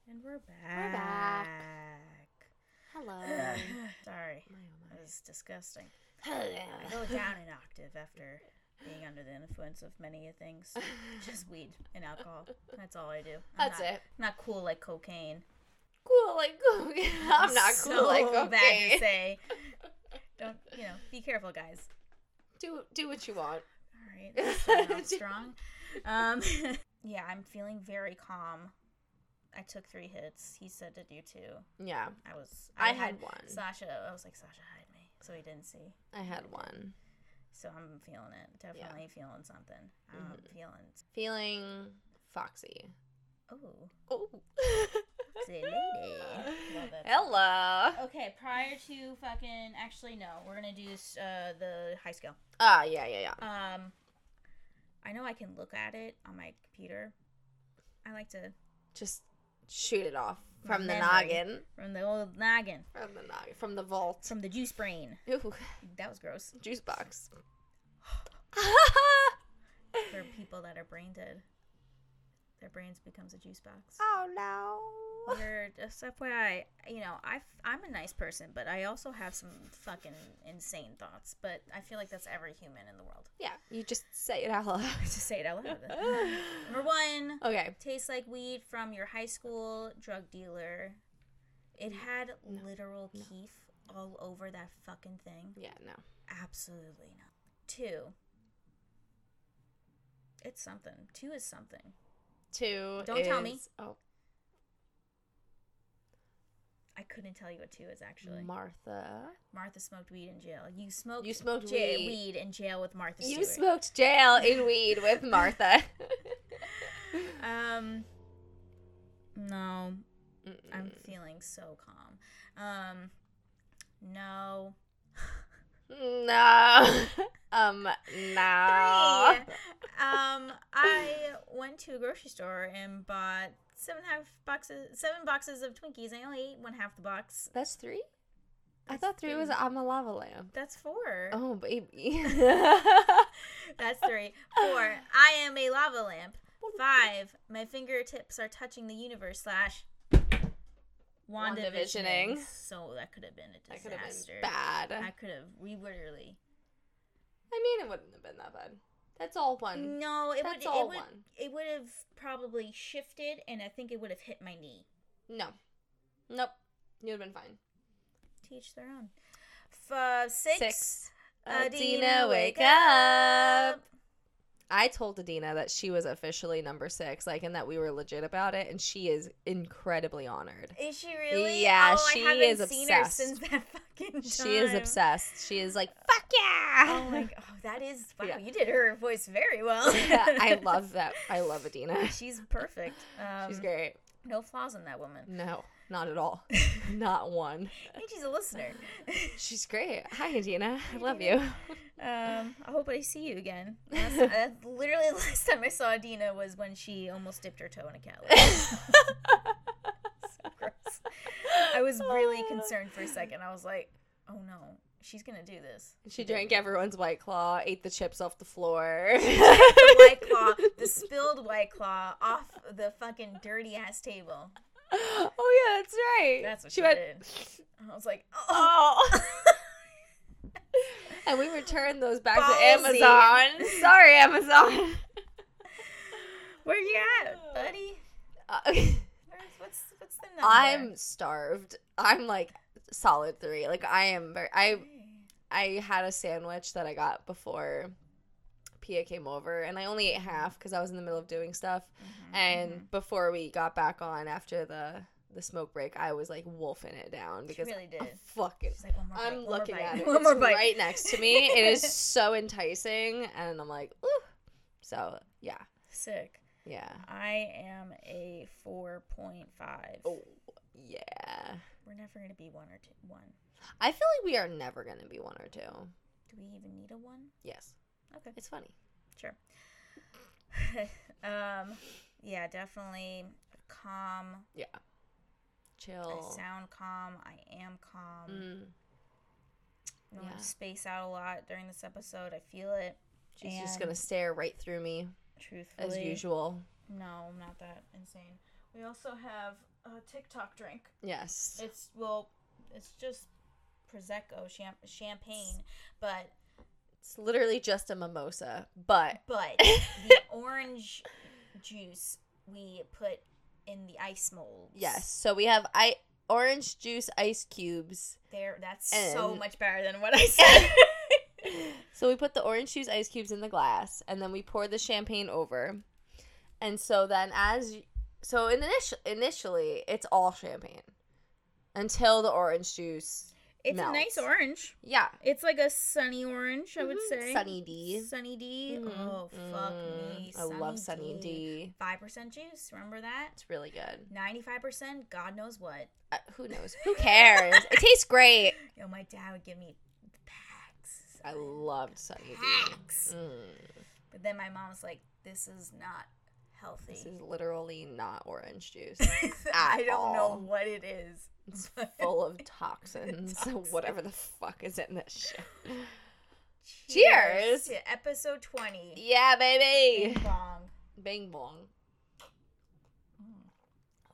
[SPEAKER 1] And we're back.
[SPEAKER 2] back. Hello.
[SPEAKER 1] Sorry, that was disgusting. I go down an octave after being under the influence of many things, just weed and alcohol. That's all I do. I'm
[SPEAKER 2] That's
[SPEAKER 1] not,
[SPEAKER 2] it.
[SPEAKER 1] Not cool like cocaine.
[SPEAKER 2] Cool like cocaine. I'm not cool
[SPEAKER 1] so
[SPEAKER 2] like
[SPEAKER 1] Bad to
[SPEAKER 2] cocaine.
[SPEAKER 1] say. Don't you know? Be careful, guys.
[SPEAKER 2] Do do what you want.
[SPEAKER 1] All right, that's starting off strong. Um, yeah, I'm feeling very calm. I took three hits. He said to do two.
[SPEAKER 2] Yeah,
[SPEAKER 1] I was.
[SPEAKER 2] I, had one.
[SPEAKER 1] Sasha. I was like, Sasha, hide me, so he didn't see.
[SPEAKER 2] I had one.
[SPEAKER 1] So I'm feeling it. Definitely feeling something. I'm feeling.
[SPEAKER 2] Feeling foxy.
[SPEAKER 1] Oh,
[SPEAKER 2] Oh.
[SPEAKER 1] say lady. Love it.
[SPEAKER 2] Hello.
[SPEAKER 1] Okay, prior to fucking. Actually, no. We're gonna do uh, the high scale.
[SPEAKER 2] Ah, yeah, yeah, yeah.
[SPEAKER 1] Um, I know I can look at it on my computer. I like to
[SPEAKER 2] Just shoot it off from the
[SPEAKER 1] Memory.
[SPEAKER 2] noggin.
[SPEAKER 1] from the old noggin,
[SPEAKER 2] From the noggin. From the vault.
[SPEAKER 1] from the juice brain.
[SPEAKER 2] Ooh,
[SPEAKER 1] That was gross
[SPEAKER 2] juice box.
[SPEAKER 1] for people that are brain dead. Their brains becomes a juice box.
[SPEAKER 2] oh no.
[SPEAKER 1] You're just FYI, you know, I am a nice person, but I also have some fucking insane thoughts. But I feel like that's every human in the world.
[SPEAKER 2] Yeah, you just say it out loud.
[SPEAKER 1] Just say it out loud. Number one,
[SPEAKER 2] okay.
[SPEAKER 1] tastes like weed from your high school drug dealer. It had literal keef all over that fucking thing.
[SPEAKER 2] Yeah, no.
[SPEAKER 1] Absolutely not. Two. It's something. Two is something.
[SPEAKER 2] Two.
[SPEAKER 1] Don't tell me.
[SPEAKER 2] is- Oh,
[SPEAKER 1] I couldn't tell you what two is actually.
[SPEAKER 2] Martha.
[SPEAKER 1] Martha smoked weed in jail. You smoked
[SPEAKER 2] You smoked
[SPEAKER 1] ja-
[SPEAKER 2] weed.
[SPEAKER 1] weed in jail with Martha
[SPEAKER 2] You
[SPEAKER 1] Stewart.
[SPEAKER 2] smoked jail in weed with Martha.
[SPEAKER 1] um No, I'm
[SPEAKER 2] Mm.
[SPEAKER 1] feeling so calm. Um no.
[SPEAKER 2] no. um. No.
[SPEAKER 1] Three. um, I went to a grocery store and bought seven half boxes, seven boxes of Twinkies. I only ate one half the box.
[SPEAKER 2] That's three. I
[SPEAKER 1] That's
[SPEAKER 2] thought three was
[SPEAKER 1] three.
[SPEAKER 2] I'm a lava lamp.
[SPEAKER 1] That's four.
[SPEAKER 2] Oh baby.
[SPEAKER 1] That's three. Four. I am a lava lamp. Five. My fingertips are touching the universe. Slash.
[SPEAKER 2] WandaVisioning.
[SPEAKER 1] WandaVisioning. So that could have been a
[SPEAKER 2] that could have
[SPEAKER 1] disaster.
[SPEAKER 2] been bad.
[SPEAKER 1] I could have. We literally.
[SPEAKER 2] I mean, it wouldn't have been that bad. That's all one.
[SPEAKER 1] No, it
[SPEAKER 2] That's
[SPEAKER 1] would.
[SPEAKER 2] all
[SPEAKER 1] it would.
[SPEAKER 2] one.
[SPEAKER 1] It would Mm. have probably shifted, and I think it would have hit my knee.
[SPEAKER 2] No. Nope. You would have been fine.
[SPEAKER 1] Teach their own. F- six.
[SPEAKER 2] Six.
[SPEAKER 1] Adina, wake up.
[SPEAKER 2] I told Adina that she was officially number six, like, and that we were legit about it, and she is incredibly honored.
[SPEAKER 1] Is she really?
[SPEAKER 2] Yeah,
[SPEAKER 1] oh,
[SPEAKER 2] she
[SPEAKER 1] I haven't
[SPEAKER 2] is
[SPEAKER 1] seen
[SPEAKER 2] obsessed.
[SPEAKER 1] her since that fucking time.
[SPEAKER 2] She is obsessed. She is like, fuck yeah!
[SPEAKER 1] Oh my god, oh, that is wow.
[SPEAKER 2] Yeah.
[SPEAKER 1] You did her voice very well.
[SPEAKER 2] I love that. I love Adina.
[SPEAKER 1] She's perfect. Um,
[SPEAKER 2] She's great.
[SPEAKER 1] No flaws in that woman.
[SPEAKER 2] No, not at all. not one.
[SPEAKER 1] I think she's a listener.
[SPEAKER 2] She's great. Hi, Adina. I love you.
[SPEAKER 1] Um, I hope I see you again. Last, uh, literally, the last time I saw Adina was when she almost dipped her toe in a cat. litter. So gross. I was really
[SPEAKER 2] Oh.
[SPEAKER 1] concerned for a second. I was like, oh no, she's gonna do this.
[SPEAKER 2] She drank everyone's white claw, ate the chips off the floor. Oh,
[SPEAKER 1] White Claw, the spilled White Claw off the fucking dirty ass table.
[SPEAKER 2] oh yeah, that's right.
[SPEAKER 1] That's what she,
[SPEAKER 2] she went.
[SPEAKER 1] did. And I was like, oh,
[SPEAKER 2] Oh. and we returned those back
[SPEAKER 1] Ballsy.
[SPEAKER 2] to Amazon. Sorry, Amazon.
[SPEAKER 1] where you at,
[SPEAKER 2] Oh.
[SPEAKER 1] buddy?
[SPEAKER 2] Uh,
[SPEAKER 1] Where's, what's what's the number?
[SPEAKER 2] I'm starved. I'm like solid three. Like I am. Very, I I had a sandwich that I got before Pia came over, and I only ate half because I was in the middle of doing stuff.
[SPEAKER 1] Mm-hmm.
[SPEAKER 2] And before we got back on after the the smoke break, I was like wolfing it down because
[SPEAKER 1] really did.
[SPEAKER 2] I fucking.
[SPEAKER 1] She's like, one more bite,
[SPEAKER 2] I'm
[SPEAKER 1] one more
[SPEAKER 2] looking
[SPEAKER 1] bite,
[SPEAKER 2] at it.
[SPEAKER 1] One more
[SPEAKER 2] It's
[SPEAKER 1] bite.
[SPEAKER 2] right next to me. It is so enticing, and I'm like, ooh. So yeah,
[SPEAKER 1] Sick.
[SPEAKER 2] yeah.
[SPEAKER 1] I am a four point five.
[SPEAKER 2] Oh yeah.
[SPEAKER 1] We're never gonna be one or two. One.
[SPEAKER 2] I feel like we are never gonna be one or two.
[SPEAKER 1] Do we even need a one?
[SPEAKER 2] Yes,
[SPEAKER 1] Okay.
[SPEAKER 2] it's funny.
[SPEAKER 1] Sure. um, yeah, definitely calm.
[SPEAKER 2] Yeah.
[SPEAKER 1] I
[SPEAKER 2] Chill.
[SPEAKER 1] sound calm. I am calm.
[SPEAKER 2] Mm.
[SPEAKER 1] I'm going
[SPEAKER 2] yeah.
[SPEAKER 1] to space out a lot during this episode. I feel it.
[SPEAKER 2] She's just gonna stare right through me
[SPEAKER 1] Truthfully.
[SPEAKER 2] as usual.
[SPEAKER 1] No, I'm not that insane. We also have a TikTok drink.
[SPEAKER 2] Yes.
[SPEAKER 1] It's, well, it's just Prosecco, champ- champagne, but,
[SPEAKER 2] It's literally just a mimosa, but
[SPEAKER 1] but the orange juice we put in the ice molds.
[SPEAKER 2] yes. So we have I orange juice ice cubes.
[SPEAKER 1] There, that's so
[SPEAKER 2] And-
[SPEAKER 1] much better than what I said.
[SPEAKER 2] So we put the orange juice ice cubes in the glass and then we pour the champagne over. And so then as y- so in initial, initially it's all champagne until the orange juice.
[SPEAKER 1] it's
[SPEAKER 2] Melts.
[SPEAKER 1] a nice orange.
[SPEAKER 2] Yeah.
[SPEAKER 1] It's like a sunny orange, I would
[SPEAKER 2] Mhm.
[SPEAKER 1] say.
[SPEAKER 2] Sunny D.
[SPEAKER 1] Sunny D.
[SPEAKER 2] Mhm.
[SPEAKER 1] Oh fuck
[SPEAKER 2] Mm,
[SPEAKER 1] me.
[SPEAKER 2] I love Sunny D.
[SPEAKER 1] Five percent juice. Remember that?
[SPEAKER 2] It's really good.
[SPEAKER 1] Ninety-five percent. God knows what.
[SPEAKER 2] Uh, who knows? Who cares? it tastes great.
[SPEAKER 1] Yo, my dad would give me packs,
[SPEAKER 2] I loved Sunny D.
[SPEAKER 1] packs.
[SPEAKER 2] Mm.
[SPEAKER 1] But then my mom's like, "This is not healthy."
[SPEAKER 2] This is literally not orange juice.
[SPEAKER 1] I
[SPEAKER 2] at
[SPEAKER 1] don't
[SPEAKER 2] all.
[SPEAKER 1] know what it is.
[SPEAKER 2] It's
[SPEAKER 1] but-
[SPEAKER 2] full of toxins, whatever the fuck is in this shit. Cheers.
[SPEAKER 1] to episode twenty.
[SPEAKER 2] Yeah, baby.
[SPEAKER 1] Bing bong.
[SPEAKER 2] Bing bong.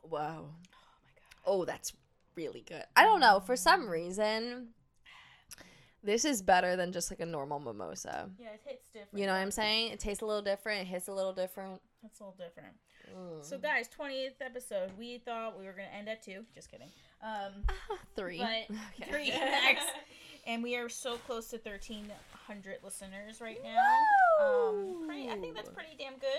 [SPEAKER 2] Wow. Oh, that's really good. I don't know. For some reason, this is better than just like a normal mimosa.
[SPEAKER 1] Yeah, it hits different.
[SPEAKER 2] You know what I'm saying? It tastes a little different. It hits a little different.
[SPEAKER 1] That's a little different.
[SPEAKER 2] Mm.
[SPEAKER 1] So, guys, 20th episode. We thought we were going to end at two. Just kidding. Um,
[SPEAKER 2] three.
[SPEAKER 1] but
[SPEAKER 2] Okay.
[SPEAKER 1] three next. And we are so close to 1,300 listeners right now. Um, pretty, I think that's
[SPEAKER 2] Woo.
[SPEAKER 1] pretty damn good.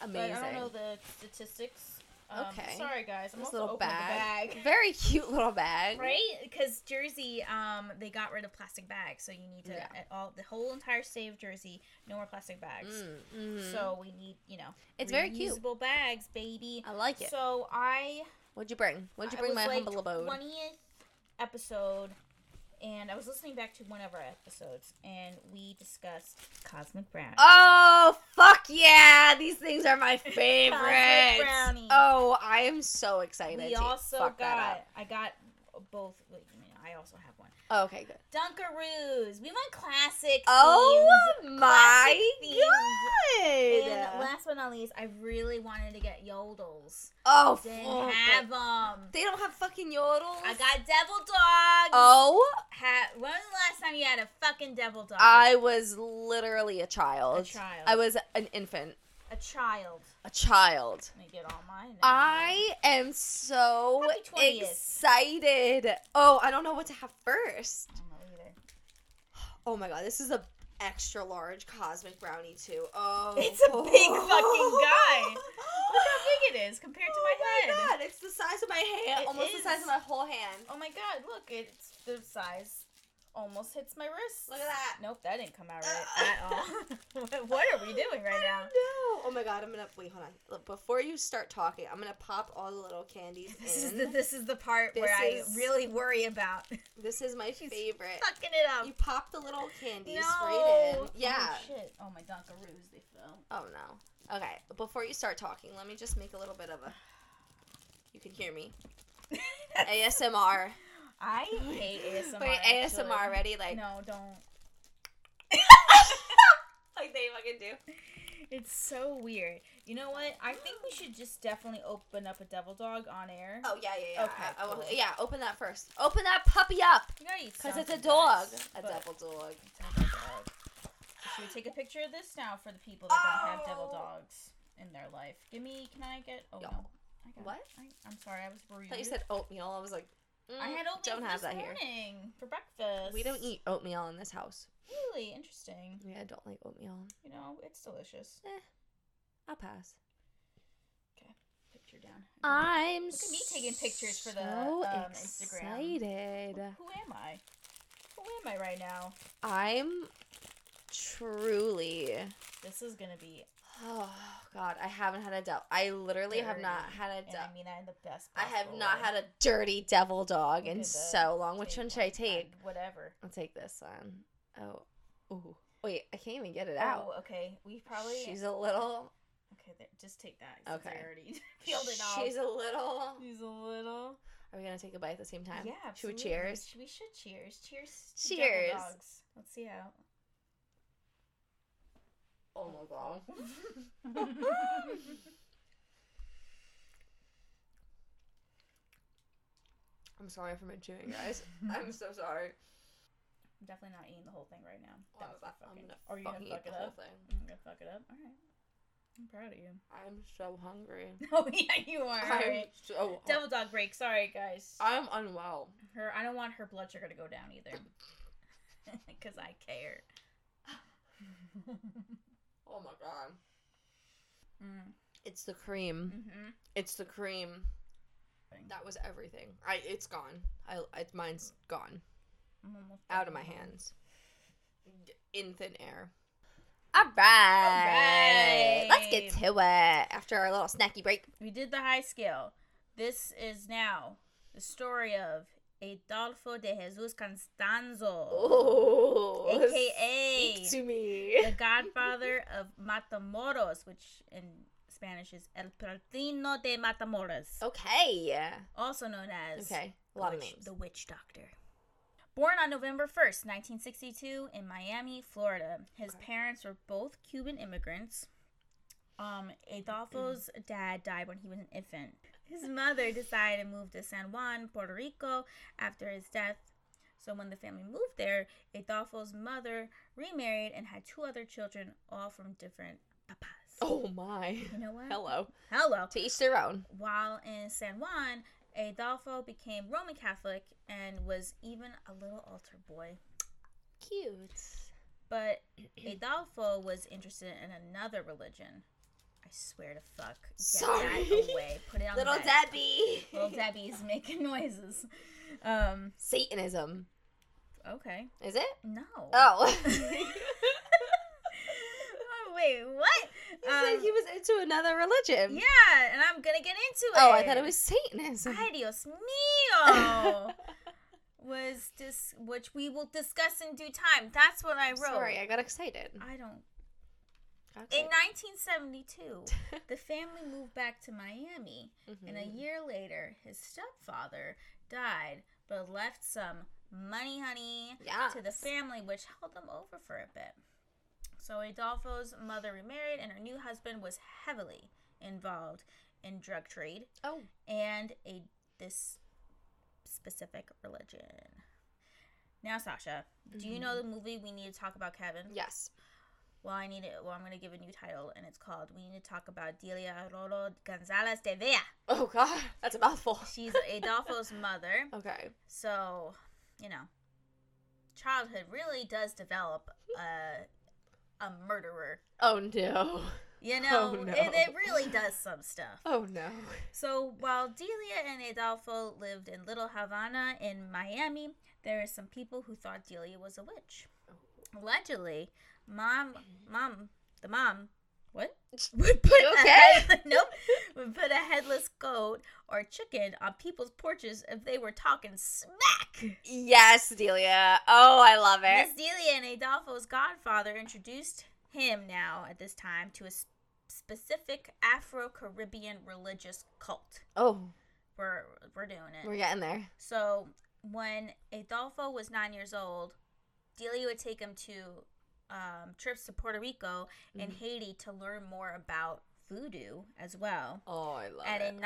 [SPEAKER 2] Amazing.
[SPEAKER 1] But I don't know the statistics. Um,
[SPEAKER 2] Okay.
[SPEAKER 1] Sorry, guys. I'm
[SPEAKER 2] this
[SPEAKER 1] also
[SPEAKER 2] little
[SPEAKER 1] opening the
[SPEAKER 2] bag.
[SPEAKER 1] bag.
[SPEAKER 2] Very cute little bag.
[SPEAKER 1] Right, because Jersey, um, they got rid of plastic bags, so you need to
[SPEAKER 2] Yeah.
[SPEAKER 1] at all the whole entire state of Jersey, no more plastic bags.
[SPEAKER 2] Mm, mhm.
[SPEAKER 1] So we need, you know,
[SPEAKER 2] it's very cute.
[SPEAKER 1] reusable bags, baby.
[SPEAKER 2] I like it.
[SPEAKER 1] So I
[SPEAKER 2] What'd you bring? What'd you
[SPEAKER 1] I
[SPEAKER 2] bring
[SPEAKER 1] was,
[SPEAKER 2] my
[SPEAKER 1] like,
[SPEAKER 2] humble abode?
[SPEAKER 1] 20th episode, and I was listening back to one of our episodes, and we discussed Cosmic Brown.
[SPEAKER 2] Oh fuck yeah! These things are my
[SPEAKER 1] Cosmic
[SPEAKER 2] favorites.
[SPEAKER 1] brownies.
[SPEAKER 2] oh, I am so excited.
[SPEAKER 1] we
[SPEAKER 2] to
[SPEAKER 1] also
[SPEAKER 2] fuck that
[SPEAKER 1] got I got both. Wait, I, mean, I also have one.
[SPEAKER 2] up. Okay, good.
[SPEAKER 1] Dunkaroos. We went classic. themes.
[SPEAKER 2] Oh my
[SPEAKER 1] themes. And
[SPEAKER 2] god!
[SPEAKER 1] last but not least, I really wanted to get yodels.
[SPEAKER 2] Oh,
[SPEAKER 1] Didn't
[SPEAKER 2] fuck.
[SPEAKER 1] have them.
[SPEAKER 2] they don't have fucking yodels.
[SPEAKER 1] I got devil dogs.
[SPEAKER 2] Oh,
[SPEAKER 1] Ha- when was the last time you had a fucking devil dog?
[SPEAKER 2] I was literally a child.
[SPEAKER 1] A child.
[SPEAKER 2] I was an infant.
[SPEAKER 1] A child.
[SPEAKER 2] A child.
[SPEAKER 1] Let me get all mine. out.
[SPEAKER 2] I am so
[SPEAKER 1] Happy 20th.
[SPEAKER 2] excited. Oh, I don't know what to have first.
[SPEAKER 1] I don't know either.
[SPEAKER 2] Oh my god, this is a extra large cosmic brownie too. Oh,
[SPEAKER 1] It's a big fucking guy. Look how big it is compared to my
[SPEAKER 2] oh
[SPEAKER 1] head.
[SPEAKER 2] my god, it's the size of my hand,
[SPEAKER 1] It
[SPEAKER 2] almost
[SPEAKER 1] is.
[SPEAKER 2] the size of my whole hand.
[SPEAKER 1] Oh my god, look, it's the size almost hits my wrist.
[SPEAKER 2] Look at that.
[SPEAKER 1] Nope, that didn't come out right at all. what are we doing right now?
[SPEAKER 2] No. Oh my god, I'm gonna wait. Hold on. Look, Before you start talking, I'm gonna pop all the little candies in.
[SPEAKER 1] This is the this is the part where
[SPEAKER 2] Mm. This
[SPEAKER 1] I
[SPEAKER 2] is-
[SPEAKER 1] really worry about fucking
[SPEAKER 2] this is my favorite.
[SPEAKER 1] it up.
[SPEAKER 2] You pop the little candies
[SPEAKER 1] no.
[SPEAKER 2] right in.
[SPEAKER 1] Oh,
[SPEAKER 2] Yeah.
[SPEAKER 1] shit. Oh my Dunkaroos, they fell.
[SPEAKER 2] Oh no. Okay, before you start talking, let me just make a little bit of a. You can hear me. ASMR.
[SPEAKER 1] I hate ASMR.
[SPEAKER 2] Wait,
[SPEAKER 1] actually.
[SPEAKER 2] ASMR already? Like,
[SPEAKER 1] No, don't.
[SPEAKER 2] like they fucking do.
[SPEAKER 1] it's so weird. You know what? I think we should just definitely open up a devil dog on air.
[SPEAKER 2] Oh yeah, yeah, yeah.
[SPEAKER 1] Okay,
[SPEAKER 2] I- I will-
[SPEAKER 1] cool.
[SPEAKER 2] yeah, open that first. Open that puppy up,
[SPEAKER 1] You gotta eat
[SPEAKER 2] cause it's a
[SPEAKER 1] something
[SPEAKER 2] dog,
[SPEAKER 1] first,
[SPEAKER 2] a
[SPEAKER 1] but-
[SPEAKER 2] devil dog.
[SPEAKER 1] Devil dog. Should we take a picture of this now for the people that don't have devil
[SPEAKER 2] Oh.
[SPEAKER 1] dogs in their life? Give me. Can I get? Oh
[SPEAKER 2] Yo.
[SPEAKER 1] no. I got,
[SPEAKER 2] What?
[SPEAKER 1] I, I'm sorry. I was rude.
[SPEAKER 2] I thought you said oatmeal. I was like,
[SPEAKER 1] Mhm. I
[SPEAKER 2] mm,
[SPEAKER 1] had oatmeal
[SPEAKER 2] Don't have
[SPEAKER 1] this
[SPEAKER 2] that here.
[SPEAKER 1] morning for breakfast.
[SPEAKER 2] We don't eat oatmeal in this house.
[SPEAKER 1] Really interesting.
[SPEAKER 2] Yeah, I don't like oatmeal.
[SPEAKER 1] You know, it's delicious.
[SPEAKER 2] I'll pass.
[SPEAKER 1] Picture down.
[SPEAKER 2] I'm
[SPEAKER 1] Look at me taking pictures for the,
[SPEAKER 2] so
[SPEAKER 1] um, Instagram.
[SPEAKER 2] excited.
[SPEAKER 1] Who am I? Who am I right now?
[SPEAKER 2] I'm truly.
[SPEAKER 1] This is gonna be,
[SPEAKER 2] Oh God, I haven't had a devil. I literally have not
[SPEAKER 1] Dirty.
[SPEAKER 2] had a
[SPEAKER 1] and
[SPEAKER 2] devil.
[SPEAKER 1] I mean that in the best.
[SPEAKER 2] I have
[SPEAKER 1] possible
[SPEAKER 2] not
[SPEAKER 1] way.
[SPEAKER 2] had a dirty devil dog
[SPEAKER 1] Look
[SPEAKER 2] in
[SPEAKER 1] at that.
[SPEAKER 2] so long. Which one should I take?
[SPEAKER 1] Uh, Whatever.
[SPEAKER 2] I'll take this one. Oh, ooh. Wait, I can't even get it out.
[SPEAKER 1] Oh, okay. We probably.
[SPEAKER 2] She's a little.
[SPEAKER 1] Okay, there, just take that. Okay.
[SPEAKER 2] Okay.
[SPEAKER 1] I already peeled it off.
[SPEAKER 2] She's a little.
[SPEAKER 1] She's a little.
[SPEAKER 2] Are we gonna take a bite at the same time?
[SPEAKER 1] Yeah.
[SPEAKER 2] Should we
[SPEAKER 1] absolutely.
[SPEAKER 2] cheers?
[SPEAKER 1] Sh- We should cheers. Cheers. to Devil
[SPEAKER 2] Cheers.
[SPEAKER 1] Dogs. Let's see how.
[SPEAKER 2] Oh my god. I'm sorry for my chewing, guys. I'm so sorry.
[SPEAKER 1] I'm definitely not eating the whole thing right now.
[SPEAKER 2] I'm,
[SPEAKER 1] That was
[SPEAKER 2] about,
[SPEAKER 1] a
[SPEAKER 2] I'm
[SPEAKER 1] fucking-
[SPEAKER 2] gonna
[SPEAKER 1] Are you gonna
[SPEAKER 2] fucking
[SPEAKER 1] fuck
[SPEAKER 2] eat
[SPEAKER 1] it
[SPEAKER 2] the whole
[SPEAKER 1] up?
[SPEAKER 2] thing.
[SPEAKER 1] I'm gonna fuck it up. All right. I'm proud of you.
[SPEAKER 2] I'm so hungry.
[SPEAKER 1] Oh yeah, you are. All
[SPEAKER 2] I'm
[SPEAKER 1] right.
[SPEAKER 2] so.
[SPEAKER 1] Devil dog break. Sorry, guys.
[SPEAKER 2] I'm unwell.
[SPEAKER 1] Her. I don't want her blood sugar to go down either. Because I care.
[SPEAKER 2] Oh my god.
[SPEAKER 1] mm.
[SPEAKER 2] It's the cream.
[SPEAKER 1] hmm
[SPEAKER 2] It's the cream. That was everything. I. It's gone. I. I mine's gone.
[SPEAKER 1] I'm almost
[SPEAKER 2] out
[SPEAKER 1] done
[SPEAKER 2] of my
[SPEAKER 1] with mine.
[SPEAKER 2] hands in thin air. All right. Let's get to it after our little snacky break.
[SPEAKER 1] We did the high scale. This is now the story of Adolfo de Jesus Constanzo,
[SPEAKER 2] Oh,
[SPEAKER 1] aka
[SPEAKER 2] speak to me.
[SPEAKER 1] the godfather of Matamoros, which in Spanish is El Platino de Matamoros,
[SPEAKER 2] Okay.
[SPEAKER 1] also known as
[SPEAKER 2] Oh, Okay. A lot of
[SPEAKER 1] Witch-
[SPEAKER 2] names.
[SPEAKER 1] The Witch Doctor. Born on November 1st, 1962, in Miami, Florida. His
[SPEAKER 2] Okay.
[SPEAKER 1] parents were both Cuban immigrants. Um, Adolfo's
[SPEAKER 2] Mm.
[SPEAKER 1] dad died when he was an infant. His mother decided to move to San Juan, Puerto Rico after his death. So when the family moved there, Adolfo's mother remarried and had two other children, all from different papas.
[SPEAKER 2] Oh my.
[SPEAKER 1] You know what?
[SPEAKER 2] Hello.
[SPEAKER 1] Hello.
[SPEAKER 2] To each their own.
[SPEAKER 1] While in San Juan, Adolfo became Roman Catholic and was even a little altar boy.
[SPEAKER 2] Cute.
[SPEAKER 1] But Adolfo was interested in another religion. I swear to fuck. Get
[SPEAKER 2] Sorry.
[SPEAKER 1] that away. Put it on
[SPEAKER 2] Little
[SPEAKER 1] the bed.
[SPEAKER 2] Debbie.
[SPEAKER 1] Little Debbie's making noises. Um,
[SPEAKER 2] Satanism.
[SPEAKER 1] okay.
[SPEAKER 2] Is it?
[SPEAKER 1] No.
[SPEAKER 2] Oh. he
[SPEAKER 1] Oh, wait, what?
[SPEAKER 2] said
[SPEAKER 1] Um,
[SPEAKER 2] he was into another religion.
[SPEAKER 1] yeah, and I'm gonna get into it.
[SPEAKER 2] Oh, I thought it was Satanism.
[SPEAKER 1] Ay, Dios mío. was this which we will discuss in due time. That's what I wrote.
[SPEAKER 2] Sorry, I got excited.
[SPEAKER 1] I don't.
[SPEAKER 2] Got
[SPEAKER 1] In
[SPEAKER 2] excited.
[SPEAKER 1] 1972, the family moved back to Miami, and a
[SPEAKER 2] Mhm.
[SPEAKER 1] year later, his stepfather died, but left some money, honey,
[SPEAKER 2] yeah.
[SPEAKER 1] to the family, which held them over for a bit. So Adolfo's mother remarried, and her new husband was heavily involved in drug trade
[SPEAKER 2] Oh,
[SPEAKER 1] and a this specific religion.
[SPEAKER 2] Mm-hmm.
[SPEAKER 1] Now, Sasha, do you know the movie we need to talk about, Kevin?
[SPEAKER 2] yes.
[SPEAKER 1] Well, I need it. Well, I'm going to give a new title, and it's called We Need to Talk About Delia Roro Gonzalez de Vea.
[SPEAKER 2] Oh god, that's a mouthful.
[SPEAKER 1] She's Adolfo's mother.
[SPEAKER 2] Okay.
[SPEAKER 1] So, you know, childhood really does develop a, a murderer.
[SPEAKER 2] Oh no.
[SPEAKER 1] You know,
[SPEAKER 2] Oh, no.
[SPEAKER 1] it, it really does some stuff.
[SPEAKER 2] Oh no.
[SPEAKER 1] So while Delia and Adolfo lived in Little Havana in Miami, there are some people who thought Delia was a witch. Allegedly, mom, mom, the mom, what? Would put
[SPEAKER 2] You
[SPEAKER 1] a
[SPEAKER 2] okay?
[SPEAKER 1] head, nope, would put a headless goat or chicken on people's porches if they were talking smack.
[SPEAKER 2] Yes, Delia. Oh, I love it.
[SPEAKER 1] Miss Delia and Adolfo's godfather introduced him now at this time to a s- specific Afro-Caribbean religious cult.
[SPEAKER 2] Oh,
[SPEAKER 1] We're we're doing it.
[SPEAKER 2] we're getting there.
[SPEAKER 1] So when Adolfo was nine years old, Delia would take him to um, trips to Puerto Rico and
[SPEAKER 2] Mm-hmm.
[SPEAKER 1] Haiti to learn more about voodoo as well.
[SPEAKER 2] Oh, I love
[SPEAKER 1] And in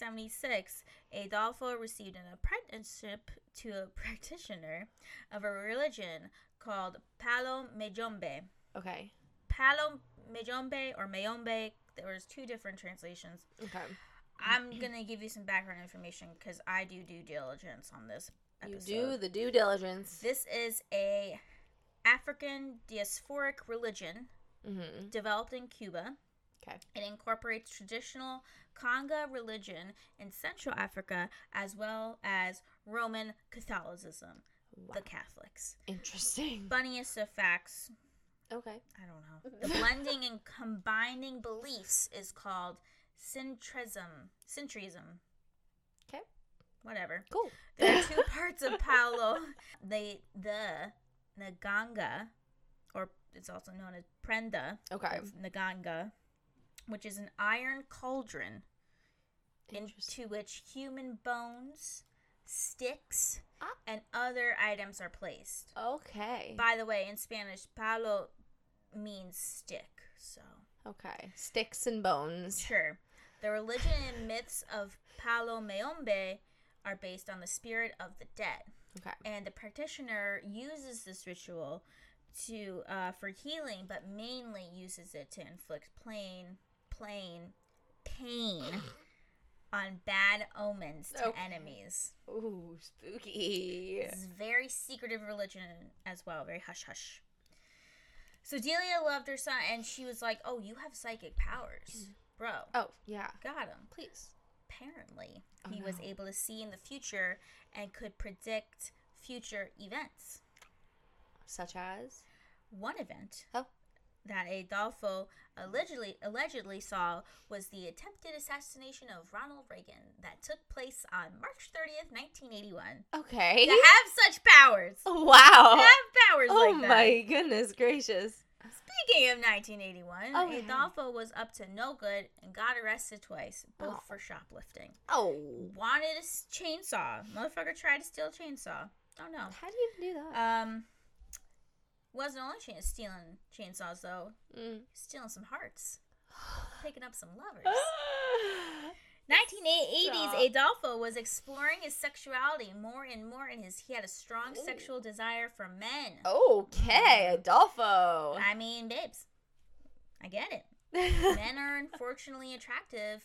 [SPEAKER 1] 1976, Adolfo received an apprenticeship to a practitioner of a religion called Palo Mejombe.
[SPEAKER 2] Okay.
[SPEAKER 1] Palo Mejombe or Mayombe, there was two different translations.
[SPEAKER 2] Okay.
[SPEAKER 1] I'm gonna give you some background information because I do due diligence on this.
[SPEAKER 2] You
[SPEAKER 1] Episode.
[SPEAKER 2] do the due diligence.
[SPEAKER 1] This is a African diasporic religion
[SPEAKER 2] Mm-hmm.
[SPEAKER 1] developed in Cuba.
[SPEAKER 2] Okay.
[SPEAKER 1] It incorporates traditional Conga religion in Central Africa as well as Roman Catholicism, the Catholics.
[SPEAKER 2] Interesting.
[SPEAKER 1] Funniest of facts,
[SPEAKER 2] Okay.
[SPEAKER 1] I don't know. The blending and combining beliefs is called syncretism. Syncretism.
[SPEAKER 2] Okay.
[SPEAKER 1] Whatever.
[SPEAKER 2] Cool.
[SPEAKER 1] There are two parts of Paolo. The the Naganga, or it's also known as Prenda.
[SPEAKER 2] Okay.
[SPEAKER 1] It's Naganga, which is an iron cauldron
[SPEAKER 2] Interesting.
[SPEAKER 1] into which human bones, sticks,
[SPEAKER 2] Ah.
[SPEAKER 1] and other items are placed.
[SPEAKER 2] Okay.
[SPEAKER 1] By the way, in Spanish, Palo means stick. So
[SPEAKER 2] Okay. Sticks and bones.
[SPEAKER 1] sure, the religion and myths of Palo Mayombe are based on the spirit of the dead.
[SPEAKER 2] Okay.
[SPEAKER 1] and the practitioner uses this ritual to uh, for healing, but mainly uses it to inflict plain, plain pain on bad omens to
[SPEAKER 2] Okay.
[SPEAKER 1] enemies.
[SPEAKER 2] Ooh, spooky.
[SPEAKER 1] This is very secretive religion as well, very hush hush. So Delia loved her son, and she was like, "Oh, you have psychic powers, bro.
[SPEAKER 2] Oh, yeah.
[SPEAKER 1] Got him."
[SPEAKER 2] Please.
[SPEAKER 1] Apparently,
[SPEAKER 2] Oh,
[SPEAKER 1] he was
[SPEAKER 2] no.
[SPEAKER 1] able to see in the future and could predict future events.
[SPEAKER 2] Such as?
[SPEAKER 1] One event
[SPEAKER 2] Oh.
[SPEAKER 1] that Adolfo allegedly allegedly saw was the attempted assassination of Ronald Reagan that took place on March 30th, 1981.
[SPEAKER 2] Okay.
[SPEAKER 1] To have such powers. To
[SPEAKER 2] Wow.
[SPEAKER 1] have powers
[SPEAKER 2] Oh
[SPEAKER 1] like that.
[SPEAKER 2] my goodness gracious.
[SPEAKER 1] Speaking of 1981,
[SPEAKER 2] Oh, hey.
[SPEAKER 1] Adolfo was up to no good and got arrested twice, both
[SPEAKER 2] Oh.
[SPEAKER 1] for shoplifting.
[SPEAKER 2] Oh.
[SPEAKER 1] Wanted a s- chainsaw. Motherfucker tried to steal a chainsaw. Oh no.
[SPEAKER 2] How do you even do that?
[SPEAKER 1] Um wasn't only chain- stealing chainsaws though.
[SPEAKER 2] Mm.
[SPEAKER 1] stealing some hearts, picking up some lovers.
[SPEAKER 2] Mm.
[SPEAKER 1] 1980s, Adolfo was exploring his sexuality more and more, and his he had a strong
[SPEAKER 2] Ooh. Oh.
[SPEAKER 1] sexual desire for men.
[SPEAKER 2] okay, Adolfo.
[SPEAKER 1] I mean, babes, I get it. Men are unfortunately attractive,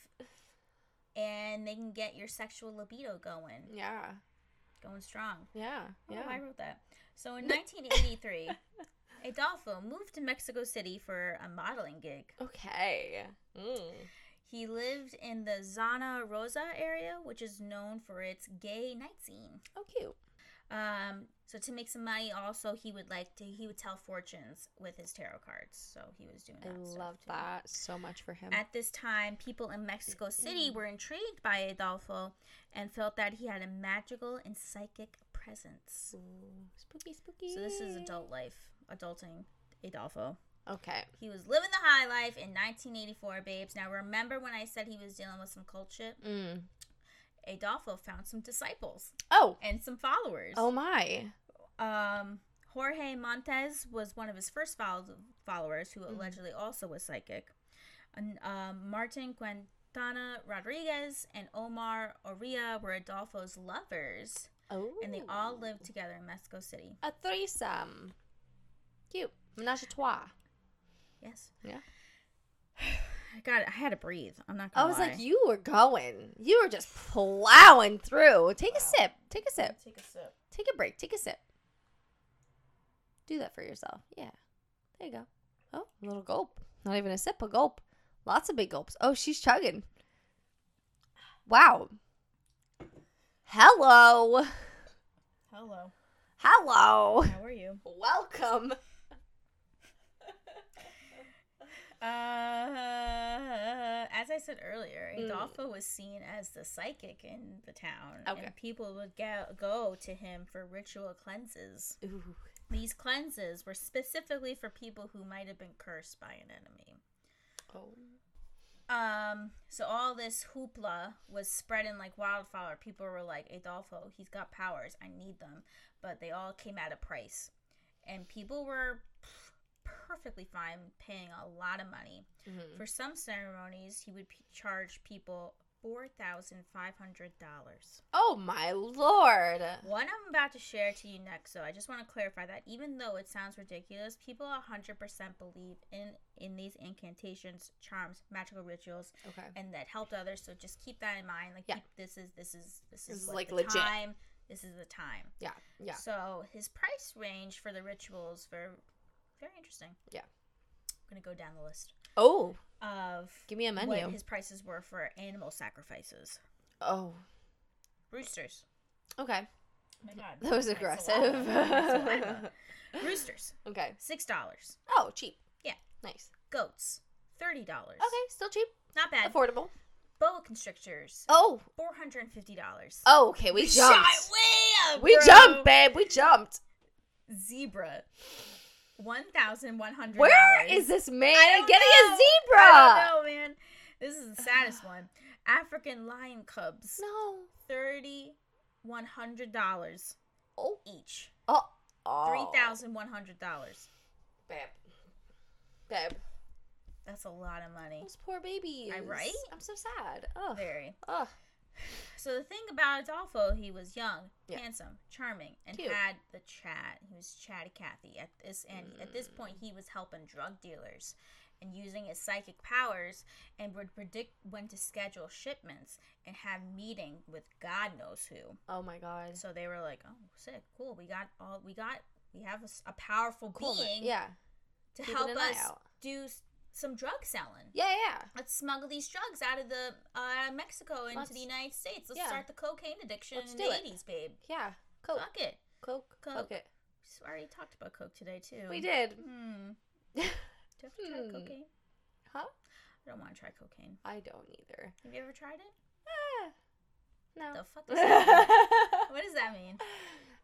[SPEAKER 1] and they can get your sexual libido going,
[SPEAKER 2] yeah.
[SPEAKER 1] going strong. I
[SPEAKER 2] Yeah. Yeah.
[SPEAKER 1] don't know why I wrote that. So in 1983, Adolfo moved to Mexico City for a modeling gig.
[SPEAKER 2] Okay. Mm.
[SPEAKER 1] He lived in the Zona Rosa area, which is known for its gay night scene.
[SPEAKER 2] Oh, cute.
[SPEAKER 1] Um, so to make some money, also he would like to he would tell fortunes with his tarot cards. So he was doing
[SPEAKER 2] I
[SPEAKER 1] that. stuff
[SPEAKER 2] love
[SPEAKER 1] too.
[SPEAKER 2] that so much for him.
[SPEAKER 1] At this time, people in Mexico City were intrigued by Adolfo and felt that he had a magical and psychic presence.
[SPEAKER 2] Ooh, spooky, spooky.
[SPEAKER 1] So this is adult life, adulting Adolfo.
[SPEAKER 2] Okay.
[SPEAKER 1] He was living the high life in 1984, babes. Now remember when I said he was dealing with some cult shit?
[SPEAKER 2] Mm.
[SPEAKER 1] Adolfo found some disciples
[SPEAKER 2] Oh.
[SPEAKER 1] and some followers.
[SPEAKER 2] Oh my.
[SPEAKER 1] Um, Jorge Montes was one of his first follow- followers
[SPEAKER 2] Hmm.
[SPEAKER 1] who allegedly also was psychic. And, um, Martin Quintana Rodriguez and Omar Oria were Adolfo's lovers,
[SPEAKER 2] Oh.
[SPEAKER 1] and they all lived together in Mexico City.
[SPEAKER 2] a threesome. Cute. Menage a trois.
[SPEAKER 1] Yes.
[SPEAKER 2] Yeah.
[SPEAKER 1] I got. I had to breathe. I'm not.
[SPEAKER 2] I
[SPEAKER 1] Gonna
[SPEAKER 2] was
[SPEAKER 1] lie.
[SPEAKER 2] like, you were going. You were just plowing through. Take a sip. Take a sip.
[SPEAKER 1] Take a sip.
[SPEAKER 2] Take a break. Take a sip. Do that for yourself. Yeah. There you go. Oh, a little gulp. Not even a sip, a gulp. Lots of big gulps. Oh, she's chugging. Wow. Hello.
[SPEAKER 1] Hello.
[SPEAKER 2] Hello.
[SPEAKER 1] How are you?
[SPEAKER 2] Welcome.
[SPEAKER 1] Uh, as I said earlier,
[SPEAKER 2] Mm.
[SPEAKER 1] Adolfo was seen as the psychic in the town,
[SPEAKER 2] Okay.
[SPEAKER 1] and people would go, go to him for ritual cleanses.
[SPEAKER 2] Ooh.
[SPEAKER 1] These cleanses were specifically for people who might have been cursed by an enemy.
[SPEAKER 2] Oh.
[SPEAKER 1] Um, so all this hoopla was spreading like wildfire. People were like, Adolfo, he's got powers. I need them. But they all came at a price. And people were pff, perfectly fine paying a lot of money.
[SPEAKER 2] Mm-hmm.
[SPEAKER 1] For some ceremonies, he would p- charge people $4,500.
[SPEAKER 2] Oh my lord.
[SPEAKER 1] One I'm about to share to you next, so I just want to clarify that even though it sounds ridiculous, people 100% believe in, in these incantations, charms, magical rituals,
[SPEAKER 2] Okay.
[SPEAKER 1] and that helped others. So just keep that in mind. Like,
[SPEAKER 2] Yeah.
[SPEAKER 1] keep, this is this is this
[SPEAKER 2] This
[SPEAKER 1] is
[SPEAKER 2] is,
[SPEAKER 1] what
[SPEAKER 2] like,
[SPEAKER 1] the
[SPEAKER 2] legit.
[SPEAKER 1] time. This is the time.
[SPEAKER 2] Yeah. Yeah.
[SPEAKER 1] So his price range for the rituals were very interesting.
[SPEAKER 2] Yeah.
[SPEAKER 1] I'm gonna go down the list
[SPEAKER 2] Oh,
[SPEAKER 1] of
[SPEAKER 2] give me a menu.
[SPEAKER 1] what his prices were for animal sacrifices.
[SPEAKER 2] oh.
[SPEAKER 1] Roosters.
[SPEAKER 2] Okay.
[SPEAKER 1] Oh my god.
[SPEAKER 2] That was
[SPEAKER 1] that's
[SPEAKER 2] aggressive.
[SPEAKER 1] saliva. Saliva. Roosters.
[SPEAKER 2] okay.
[SPEAKER 1] Six dollars.
[SPEAKER 2] Oh, cheap.
[SPEAKER 1] Yeah.
[SPEAKER 2] Nice.
[SPEAKER 1] Goats. Thirty dollars.
[SPEAKER 2] Okay, still cheap.
[SPEAKER 1] Not bad.
[SPEAKER 2] Affordable.
[SPEAKER 1] Boa constrictors.
[SPEAKER 2] Oh.
[SPEAKER 1] Four hundred and fifty dollars.
[SPEAKER 2] Oh, okay. We jumped.
[SPEAKER 1] way up.
[SPEAKER 2] we
[SPEAKER 1] bro.
[SPEAKER 2] jumped, babe. We jumped.
[SPEAKER 1] Zebra. One thousand one hundred.
[SPEAKER 2] Where is this man
[SPEAKER 1] I don't
[SPEAKER 2] getting
[SPEAKER 1] know.
[SPEAKER 2] a zebra?
[SPEAKER 1] I don't know, man. This is the saddest one. African lion cubs.
[SPEAKER 2] No.
[SPEAKER 1] Thirty one hundred dollars
[SPEAKER 2] Oh.
[SPEAKER 1] each.
[SPEAKER 2] Oh. oh.
[SPEAKER 1] Three thousand one hundred dollars.
[SPEAKER 2] Babe. Babe.
[SPEAKER 1] That's a lot of money.
[SPEAKER 2] Those poor babies.
[SPEAKER 1] right?
[SPEAKER 2] I'm so sad. Oh.
[SPEAKER 1] Very.
[SPEAKER 2] Oh.
[SPEAKER 1] So the thing about Adolfo, he was young,
[SPEAKER 2] Yeah.
[SPEAKER 1] handsome, charming, and
[SPEAKER 2] Cute.
[SPEAKER 1] had the chat. He was chatty Cathy at this, and at this point, he was helping drug dealers and using his psychic powers, and would predict when to schedule shipments and have meeting with God knows who.
[SPEAKER 2] Oh my God.
[SPEAKER 1] So they were like, "Oh, sick, cool. We got all. We got. We have a, s- a powerful
[SPEAKER 2] Cool.
[SPEAKER 1] being
[SPEAKER 2] Yeah.
[SPEAKER 1] to
[SPEAKER 2] keeping
[SPEAKER 1] help
[SPEAKER 2] an eye
[SPEAKER 1] us
[SPEAKER 2] out."
[SPEAKER 1] do s- some drug selling."
[SPEAKER 2] Yeah. Yeah.
[SPEAKER 1] let's smuggle these drugs out of the uh, Mexico into
[SPEAKER 2] Let's-
[SPEAKER 1] the United States. Let's
[SPEAKER 2] yeah.
[SPEAKER 1] start the cocaine addiction
[SPEAKER 2] Let's
[SPEAKER 1] in
[SPEAKER 2] do
[SPEAKER 1] the
[SPEAKER 2] it. Oh.
[SPEAKER 1] eighties, babe.
[SPEAKER 2] Yeah. Coke.
[SPEAKER 1] Fuck it.
[SPEAKER 2] Coke.
[SPEAKER 1] Coke.
[SPEAKER 2] Coke. it.
[SPEAKER 1] We already talked about coke today too.
[SPEAKER 2] We did.
[SPEAKER 1] Hmm. Do you ever
[SPEAKER 2] Hmm.
[SPEAKER 1] try cocaine?
[SPEAKER 2] huh?
[SPEAKER 1] I don't want to try cocaine.
[SPEAKER 2] I don't either.
[SPEAKER 1] Have you ever tried it?
[SPEAKER 2] Ah,
[SPEAKER 1] The
[SPEAKER 2] no.
[SPEAKER 1] fuck does that mean? What does that mean?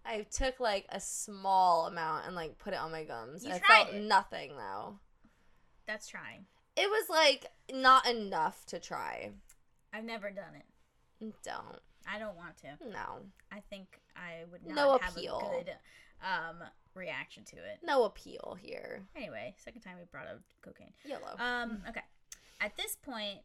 [SPEAKER 2] I took like a small amount and like put it on my gums.
[SPEAKER 1] You
[SPEAKER 2] I
[SPEAKER 1] tried
[SPEAKER 2] felt
[SPEAKER 1] it.
[SPEAKER 2] nothing though.
[SPEAKER 1] That's trying.
[SPEAKER 2] It was like not enough to try.
[SPEAKER 1] I've never done it.
[SPEAKER 2] Don't.
[SPEAKER 1] I don't want to.
[SPEAKER 2] No.
[SPEAKER 1] I think I would not
[SPEAKER 2] No
[SPEAKER 1] have
[SPEAKER 2] appeal.
[SPEAKER 1] a good um, reaction to it.
[SPEAKER 2] No appeal here.
[SPEAKER 1] Anyway, second time we brought up cocaine.
[SPEAKER 2] Yellow.
[SPEAKER 1] Um, okay. At this point,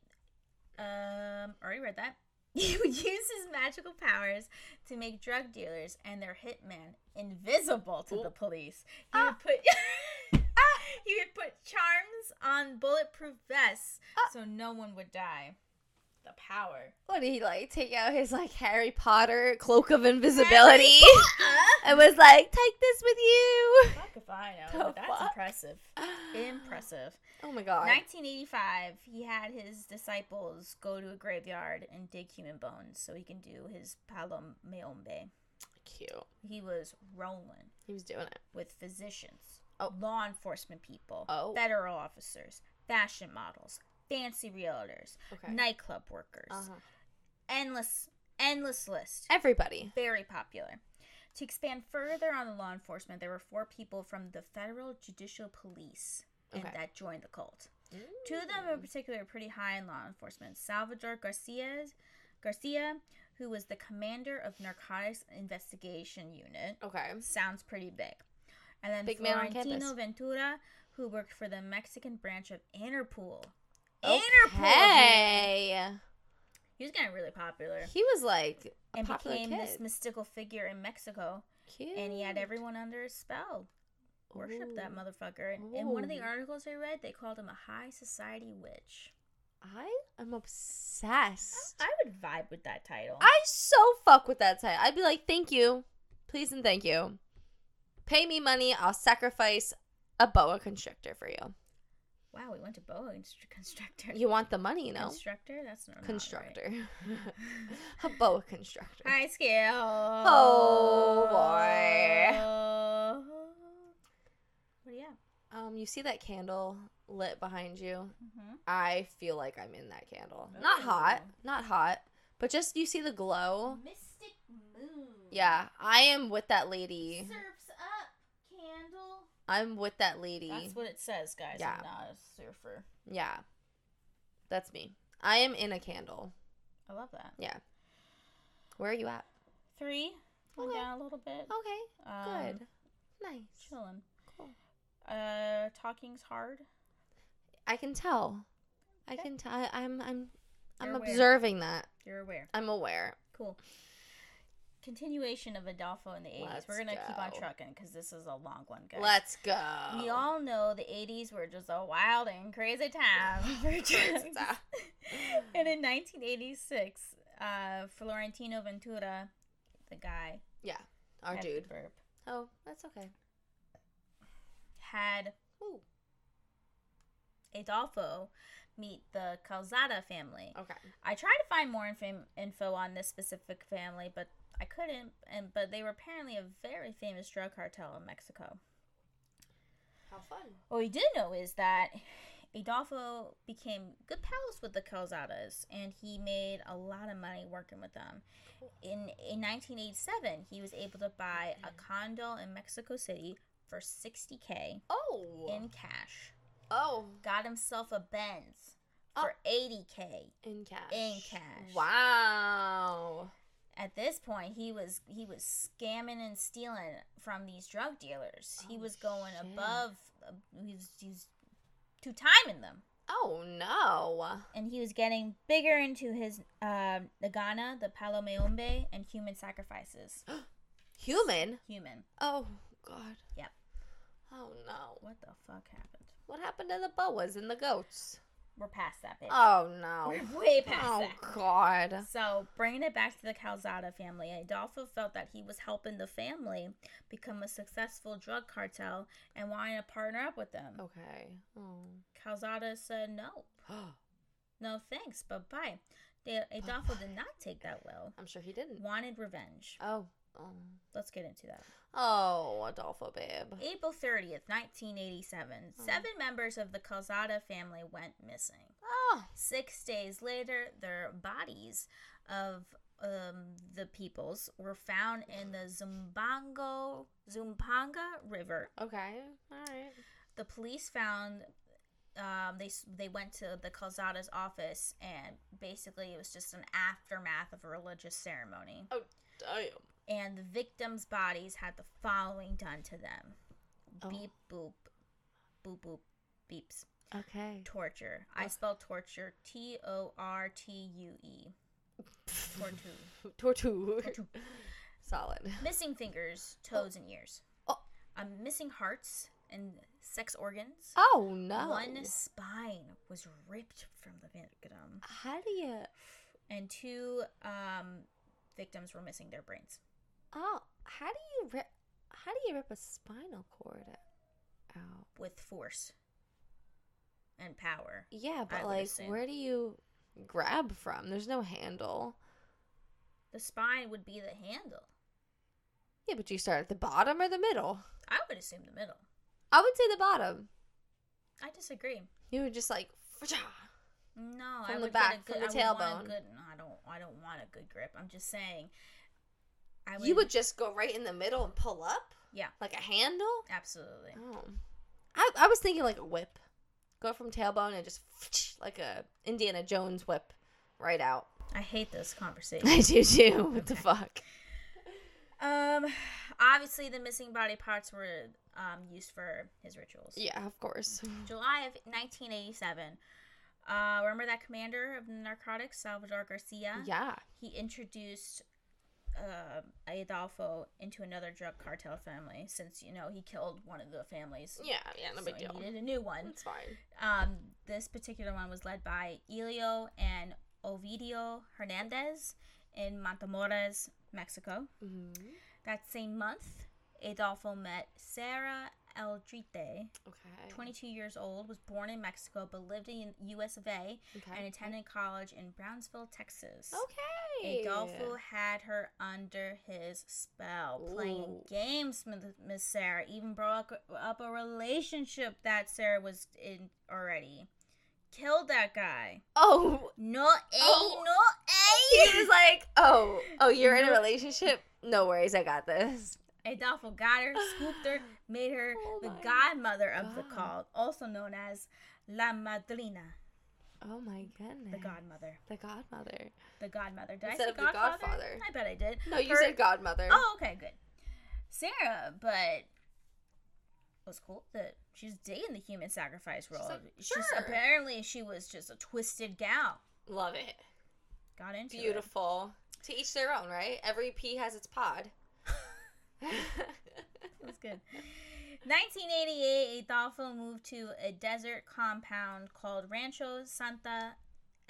[SPEAKER 1] um, already read that. He would use his magical powers to make drug dealers and their hitmen invisible to the police.
[SPEAKER 2] Ah.
[SPEAKER 1] He would put he would put charms on bulletproof vests
[SPEAKER 2] Ah.
[SPEAKER 1] so no one would die. The power.
[SPEAKER 2] what did he like take out his like Harry Potter cloak of invisibility?
[SPEAKER 1] Ah!
[SPEAKER 2] I was like, take this with you.
[SPEAKER 1] Fuck if I
[SPEAKER 2] The
[SPEAKER 1] know. but That's
[SPEAKER 2] fuck?
[SPEAKER 1] impressive. Impressive.
[SPEAKER 2] Oh my god.
[SPEAKER 1] 1985, he had his disciples go to a graveyard and dig human bones so he can do his palomeombe.
[SPEAKER 2] Cute.
[SPEAKER 1] He was rolling
[SPEAKER 2] He was doing it.
[SPEAKER 1] with physicians,
[SPEAKER 2] Oh.
[SPEAKER 1] law enforcement people,
[SPEAKER 2] Oh.
[SPEAKER 1] federal officers, fashion models, fancy realtors,
[SPEAKER 2] Okay.
[SPEAKER 1] nightclub workers.
[SPEAKER 2] Uh-huh.
[SPEAKER 1] Endless, endless list
[SPEAKER 2] Everybody.
[SPEAKER 1] very popular. To expand further on the law enforcement, there were four people from the federal judicial police and
[SPEAKER 2] Okay.
[SPEAKER 1] that joined the cult. Two of them in particular are pretty high in law enforcement. Salvador Garcia, Garcia, who was the commander of narcotics investigation unit,
[SPEAKER 2] Okay.
[SPEAKER 1] sounds pretty big. And then
[SPEAKER 2] Big man on
[SPEAKER 1] Florentino
[SPEAKER 2] campus.
[SPEAKER 1] Ventura, who worked for the Mexican branch of Interpol. Interpol.
[SPEAKER 2] Hey.
[SPEAKER 1] He was getting really popular
[SPEAKER 2] He was like a
[SPEAKER 1] and
[SPEAKER 2] popular
[SPEAKER 1] became
[SPEAKER 2] kid.
[SPEAKER 1] this mystical figure in Mexico
[SPEAKER 2] Cute.
[SPEAKER 1] and he had everyone under his spell. worship that
[SPEAKER 2] Ooh.
[SPEAKER 1] motherfucker. And in one of the
[SPEAKER 2] Ooh.
[SPEAKER 1] articles I read, they called him a high society witch.
[SPEAKER 2] I am obsessed.
[SPEAKER 1] I would vibe with that title.
[SPEAKER 2] I so fuck with that title. I'd be like, thank you. Please and thank you. Pay me money. I'll sacrifice a boa constrictor for you.
[SPEAKER 1] wow, we went to boa instru- constructor.
[SPEAKER 2] You want the money, you know?
[SPEAKER 1] Constructor? That's not not right.
[SPEAKER 2] Constructor. a boa constrictor.
[SPEAKER 1] High scale.
[SPEAKER 2] Oh, boy.
[SPEAKER 1] But yeah.
[SPEAKER 2] Um, you see that candle lit behind you?
[SPEAKER 1] Mm-hmm.
[SPEAKER 2] I feel like I'm in that candle. Not hot.
[SPEAKER 1] Ooh.
[SPEAKER 2] Not hot. But just you see the glow.
[SPEAKER 3] Mystic Moon.
[SPEAKER 2] Yeah, I am with that lady.
[SPEAKER 3] Surfs up, candle.
[SPEAKER 2] I'm with that lady.
[SPEAKER 1] That's what it says, guys.
[SPEAKER 2] E. Yeah.
[SPEAKER 1] I'm not a surfer.
[SPEAKER 2] yeah. That's me. I am in a candle.
[SPEAKER 1] I love that.
[SPEAKER 2] Where are you at?
[SPEAKER 1] Three. Went
[SPEAKER 2] Okay.
[SPEAKER 1] down a little bit.
[SPEAKER 2] Okay.
[SPEAKER 1] Um,
[SPEAKER 2] Good. Nice.
[SPEAKER 1] Chilling.
[SPEAKER 2] Cool.
[SPEAKER 1] Uh, talking's hard.
[SPEAKER 2] I can tell. I
[SPEAKER 1] Okay.
[SPEAKER 2] can tell. I'm I'm I'm
[SPEAKER 1] You're aware.
[SPEAKER 2] observing that.
[SPEAKER 1] You're aware.
[SPEAKER 2] I'm aware.
[SPEAKER 1] Cool. Continuation of Adolfo in the 80s. We're
[SPEAKER 2] Let's
[SPEAKER 1] going to keep on
[SPEAKER 2] go.
[SPEAKER 1] trucking because this is a long one, guys.
[SPEAKER 2] Let's go.
[SPEAKER 1] We all know the 80s were just a wild and crazy time for drugs.
[SPEAKER 2] Crazy time.
[SPEAKER 1] and in 1986, uh, Florentino Ventura, the guy,
[SPEAKER 2] Yeah. Our
[SPEAKER 1] had the
[SPEAKER 2] dude.
[SPEAKER 1] burp,
[SPEAKER 2] Oh, that's okay.
[SPEAKER 1] had
[SPEAKER 2] Ooh.
[SPEAKER 1] Adolfo meet the Calzada family.
[SPEAKER 2] Okay.
[SPEAKER 1] I tried to find more infam- info on this specific family, but I couldn't. And but they were apparently a very famous drug cartel in Mexico.
[SPEAKER 2] How fun.
[SPEAKER 1] What we do know is that Adolfo became good pals with the Calzadas, and he made a lot of money working with them. In in 1987, he was able to buy a condo in Mexico City for 60k
[SPEAKER 2] Oh.
[SPEAKER 1] in cash.
[SPEAKER 2] oh.
[SPEAKER 1] Got himself a Benz for 80k.
[SPEAKER 2] In cash.
[SPEAKER 1] In cash.
[SPEAKER 2] Wow.
[SPEAKER 1] At this point, he was he was scamming and stealing from these drug dealers. he
[SPEAKER 2] Oh,
[SPEAKER 1] was going
[SPEAKER 2] shit.
[SPEAKER 1] above. He was, he was two timing them.
[SPEAKER 2] Oh no.
[SPEAKER 1] and he was getting bigger into his um, Nagana, the Palo Mayombe, and human sacrifices.
[SPEAKER 2] Human.
[SPEAKER 1] Human.
[SPEAKER 2] Oh God.
[SPEAKER 1] Yep.
[SPEAKER 2] Oh no.
[SPEAKER 1] What the fuck happened?
[SPEAKER 2] What happened to the boas and the goats?
[SPEAKER 1] We're past that, bitch.
[SPEAKER 2] Oh no.
[SPEAKER 1] We're way past
[SPEAKER 2] Oh
[SPEAKER 1] that.
[SPEAKER 2] God.
[SPEAKER 1] So, bringing it back to the Calzada family, Adolfo felt that he was helping the family become a successful drug cartel and wanted to partner up with them.
[SPEAKER 2] Okay. Oh.
[SPEAKER 1] Calzada said no. No thanks, but bye. De- Adolfo did not take that well.
[SPEAKER 2] I'm sure he didn't.
[SPEAKER 1] Wanted revenge.
[SPEAKER 2] Oh. Oh.
[SPEAKER 1] Let's get into that.
[SPEAKER 2] Oh, Adolfo, babe.
[SPEAKER 1] April 30th, 1987,
[SPEAKER 2] Oh.
[SPEAKER 1] seven members of the Calzada family went missing.
[SPEAKER 2] Oh.
[SPEAKER 1] Six days later, their bodies of um, the peoples were found in the Zumbango, Zumpanga River.
[SPEAKER 2] Okay. All right.
[SPEAKER 1] The police found. Um, they s- they went to the Calzada's office and basically it was just an aftermath of a religious ceremony.
[SPEAKER 2] Oh, Damn.
[SPEAKER 1] And the victims' bodies had the following done to them:
[SPEAKER 2] Oh.
[SPEAKER 1] beep boop, boop boop, beeps.
[SPEAKER 2] Okay.
[SPEAKER 1] Torture. I
[SPEAKER 2] Oh.
[SPEAKER 1] spell torture T O R T U E. Torture.
[SPEAKER 2] Torture.
[SPEAKER 1] Torture.
[SPEAKER 2] Solid.
[SPEAKER 1] missing fingers, toes, and ears.
[SPEAKER 2] Oh.
[SPEAKER 1] Um, missing hearts and sex organs.
[SPEAKER 2] Oh no.
[SPEAKER 1] One spine was ripped from the victim,
[SPEAKER 2] How do you?
[SPEAKER 1] and two um, victims were missing their brains.
[SPEAKER 2] Oh, how do you rip? How do you rip a spinal cord out?
[SPEAKER 1] with force and power.
[SPEAKER 2] Yeah, but
[SPEAKER 1] would
[SPEAKER 2] like,
[SPEAKER 1] assume.
[SPEAKER 2] where do you grab from? There's no handle.
[SPEAKER 1] The spine would be the handle.
[SPEAKER 2] Yeah, but you start at the bottom or the middle.
[SPEAKER 1] I would assume the middle.
[SPEAKER 2] I would say the bottom.
[SPEAKER 1] I disagree.
[SPEAKER 2] You would just like,
[SPEAKER 1] No, I
[SPEAKER 2] From the
[SPEAKER 1] would
[SPEAKER 2] back,
[SPEAKER 1] get a
[SPEAKER 2] from
[SPEAKER 1] good,
[SPEAKER 2] the
[SPEAKER 1] I would want a
[SPEAKER 2] tailbone.
[SPEAKER 1] Good, no, I don't. I don't want a good grip. I'm just saying. I
[SPEAKER 2] you would just go right in the middle and pull up.
[SPEAKER 1] Yeah.
[SPEAKER 2] like a handle.
[SPEAKER 1] absolutely.
[SPEAKER 2] Oh, I, I was thinking like a whip. Go from tailbone and just like a Indiana Jones whip right out.
[SPEAKER 1] I hate this conversation.
[SPEAKER 2] I do too. What the fuck?
[SPEAKER 1] um, obviously the missing body parts were um used for his rituals.
[SPEAKER 2] Yeah, of course.
[SPEAKER 1] July of 1987. Uh, remember that commander of narcotics, Salvador Garcia?
[SPEAKER 2] Yeah.
[SPEAKER 1] He introduced uh, Adolfo into another drug cartel family since, you know, he killed one of the families.
[SPEAKER 2] Yeah, yeah, no
[SPEAKER 1] so
[SPEAKER 2] big
[SPEAKER 1] he
[SPEAKER 2] deal.
[SPEAKER 1] needed a new one.
[SPEAKER 2] It's fine.
[SPEAKER 1] Um, this particular one was led by Elio and Ovidio Hernandez in Montemores, Mexico.
[SPEAKER 2] Mm-hmm.
[SPEAKER 1] That same month, Adolfo met Sarah Eldrite,
[SPEAKER 2] Okay.
[SPEAKER 1] 22 years old, was born in Mexico but lived in U.S. of A.
[SPEAKER 2] Okay.
[SPEAKER 1] and attended college in Brownsville, Texas.
[SPEAKER 2] okay.
[SPEAKER 1] Adolfo had her under his spell, playing
[SPEAKER 2] Ooh.
[SPEAKER 1] games with Miss Sarah. Even broke up a relationship that Sarah was in already. Killed that guy.
[SPEAKER 2] Oh,
[SPEAKER 1] No, a,
[SPEAKER 2] Oh.
[SPEAKER 1] no,
[SPEAKER 2] he
[SPEAKER 1] a.
[SPEAKER 2] was like, oh, oh, you're in a
[SPEAKER 1] No.
[SPEAKER 2] relationship. No worries, I got this.
[SPEAKER 1] Adolfo got her, scooped her, made her
[SPEAKER 2] Oh
[SPEAKER 1] the
[SPEAKER 2] my
[SPEAKER 1] godmother of the
[SPEAKER 2] God.
[SPEAKER 1] cult, also known as La Madrina,
[SPEAKER 2] Oh my goodness.
[SPEAKER 1] the godmother.
[SPEAKER 2] The godmother.
[SPEAKER 1] The godmother. Did
[SPEAKER 2] Instead
[SPEAKER 1] I
[SPEAKER 2] of
[SPEAKER 1] say
[SPEAKER 2] the
[SPEAKER 1] godfather?
[SPEAKER 2] godfather.
[SPEAKER 1] I bet I did.
[SPEAKER 2] No, you
[SPEAKER 1] Her-
[SPEAKER 2] said godmother.
[SPEAKER 1] Oh, okay, good. Sarah, but was cool that she's digging the human sacrifice role.
[SPEAKER 2] like,
[SPEAKER 1] She's-
[SPEAKER 2] sure.
[SPEAKER 1] apparently she was just a twisted gal.
[SPEAKER 2] Love it.
[SPEAKER 1] Got into it.
[SPEAKER 2] Beautiful. To each their own, right? Every pea has its pod.
[SPEAKER 1] That's good. 1988, Adolfo moved to a desert compound called Rancho Santa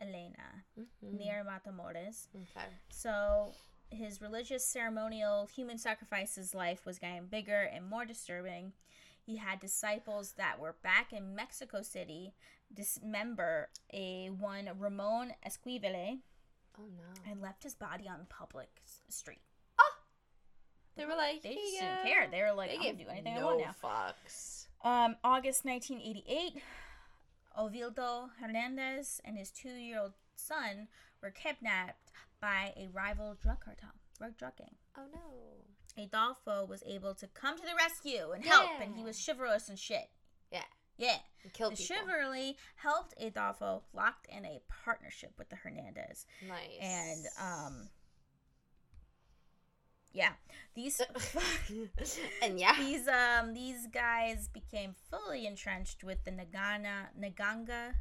[SPEAKER 1] Elena
[SPEAKER 2] Mm.
[SPEAKER 1] near Matamoros.
[SPEAKER 2] Mm-hmm. Okay.
[SPEAKER 1] So his religious ceremonial human sacrifices life was getting bigger and more disturbing. He had disciples that were back in Mexico City dismember a one Ramon Esquivel
[SPEAKER 2] Oh no.
[SPEAKER 1] and left his body on public s- street.
[SPEAKER 2] They were like,
[SPEAKER 1] They
[SPEAKER 2] "Here
[SPEAKER 1] just
[SPEAKER 2] you
[SPEAKER 1] didn't
[SPEAKER 2] go."
[SPEAKER 1] care. They were like,
[SPEAKER 2] They
[SPEAKER 1] I'm gonna
[SPEAKER 2] gave
[SPEAKER 1] do anything
[SPEAKER 2] no
[SPEAKER 1] I want now.
[SPEAKER 2] fucks.
[SPEAKER 1] Um, August 1988, Ovildo Hernandez and his two-year-old son were kidnapped by a rival drug cartel, drug drug gang.
[SPEAKER 2] Oh no.
[SPEAKER 1] Adolfo was able to come to the rescue and help, and he
[SPEAKER 2] Yeah.
[SPEAKER 1] was chivalrous and shit.
[SPEAKER 2] Yeah.
[SPEAKER 1] Yeah.
[SPEAKER 2] They killed
[SPEAKER 1] the
[SPEAKER 2] people.
[SPEAKER 1] chivalry helped Adolfo locked in a partnership with the Hernandez.
[SPEAKER 2] Nice.
[SPEAKER 1] And, um, yeah. These.
[SPEAKER 2] and yeah.
[SPEAKER 1] These um these guys became fully entrenched with the Nagana Naganga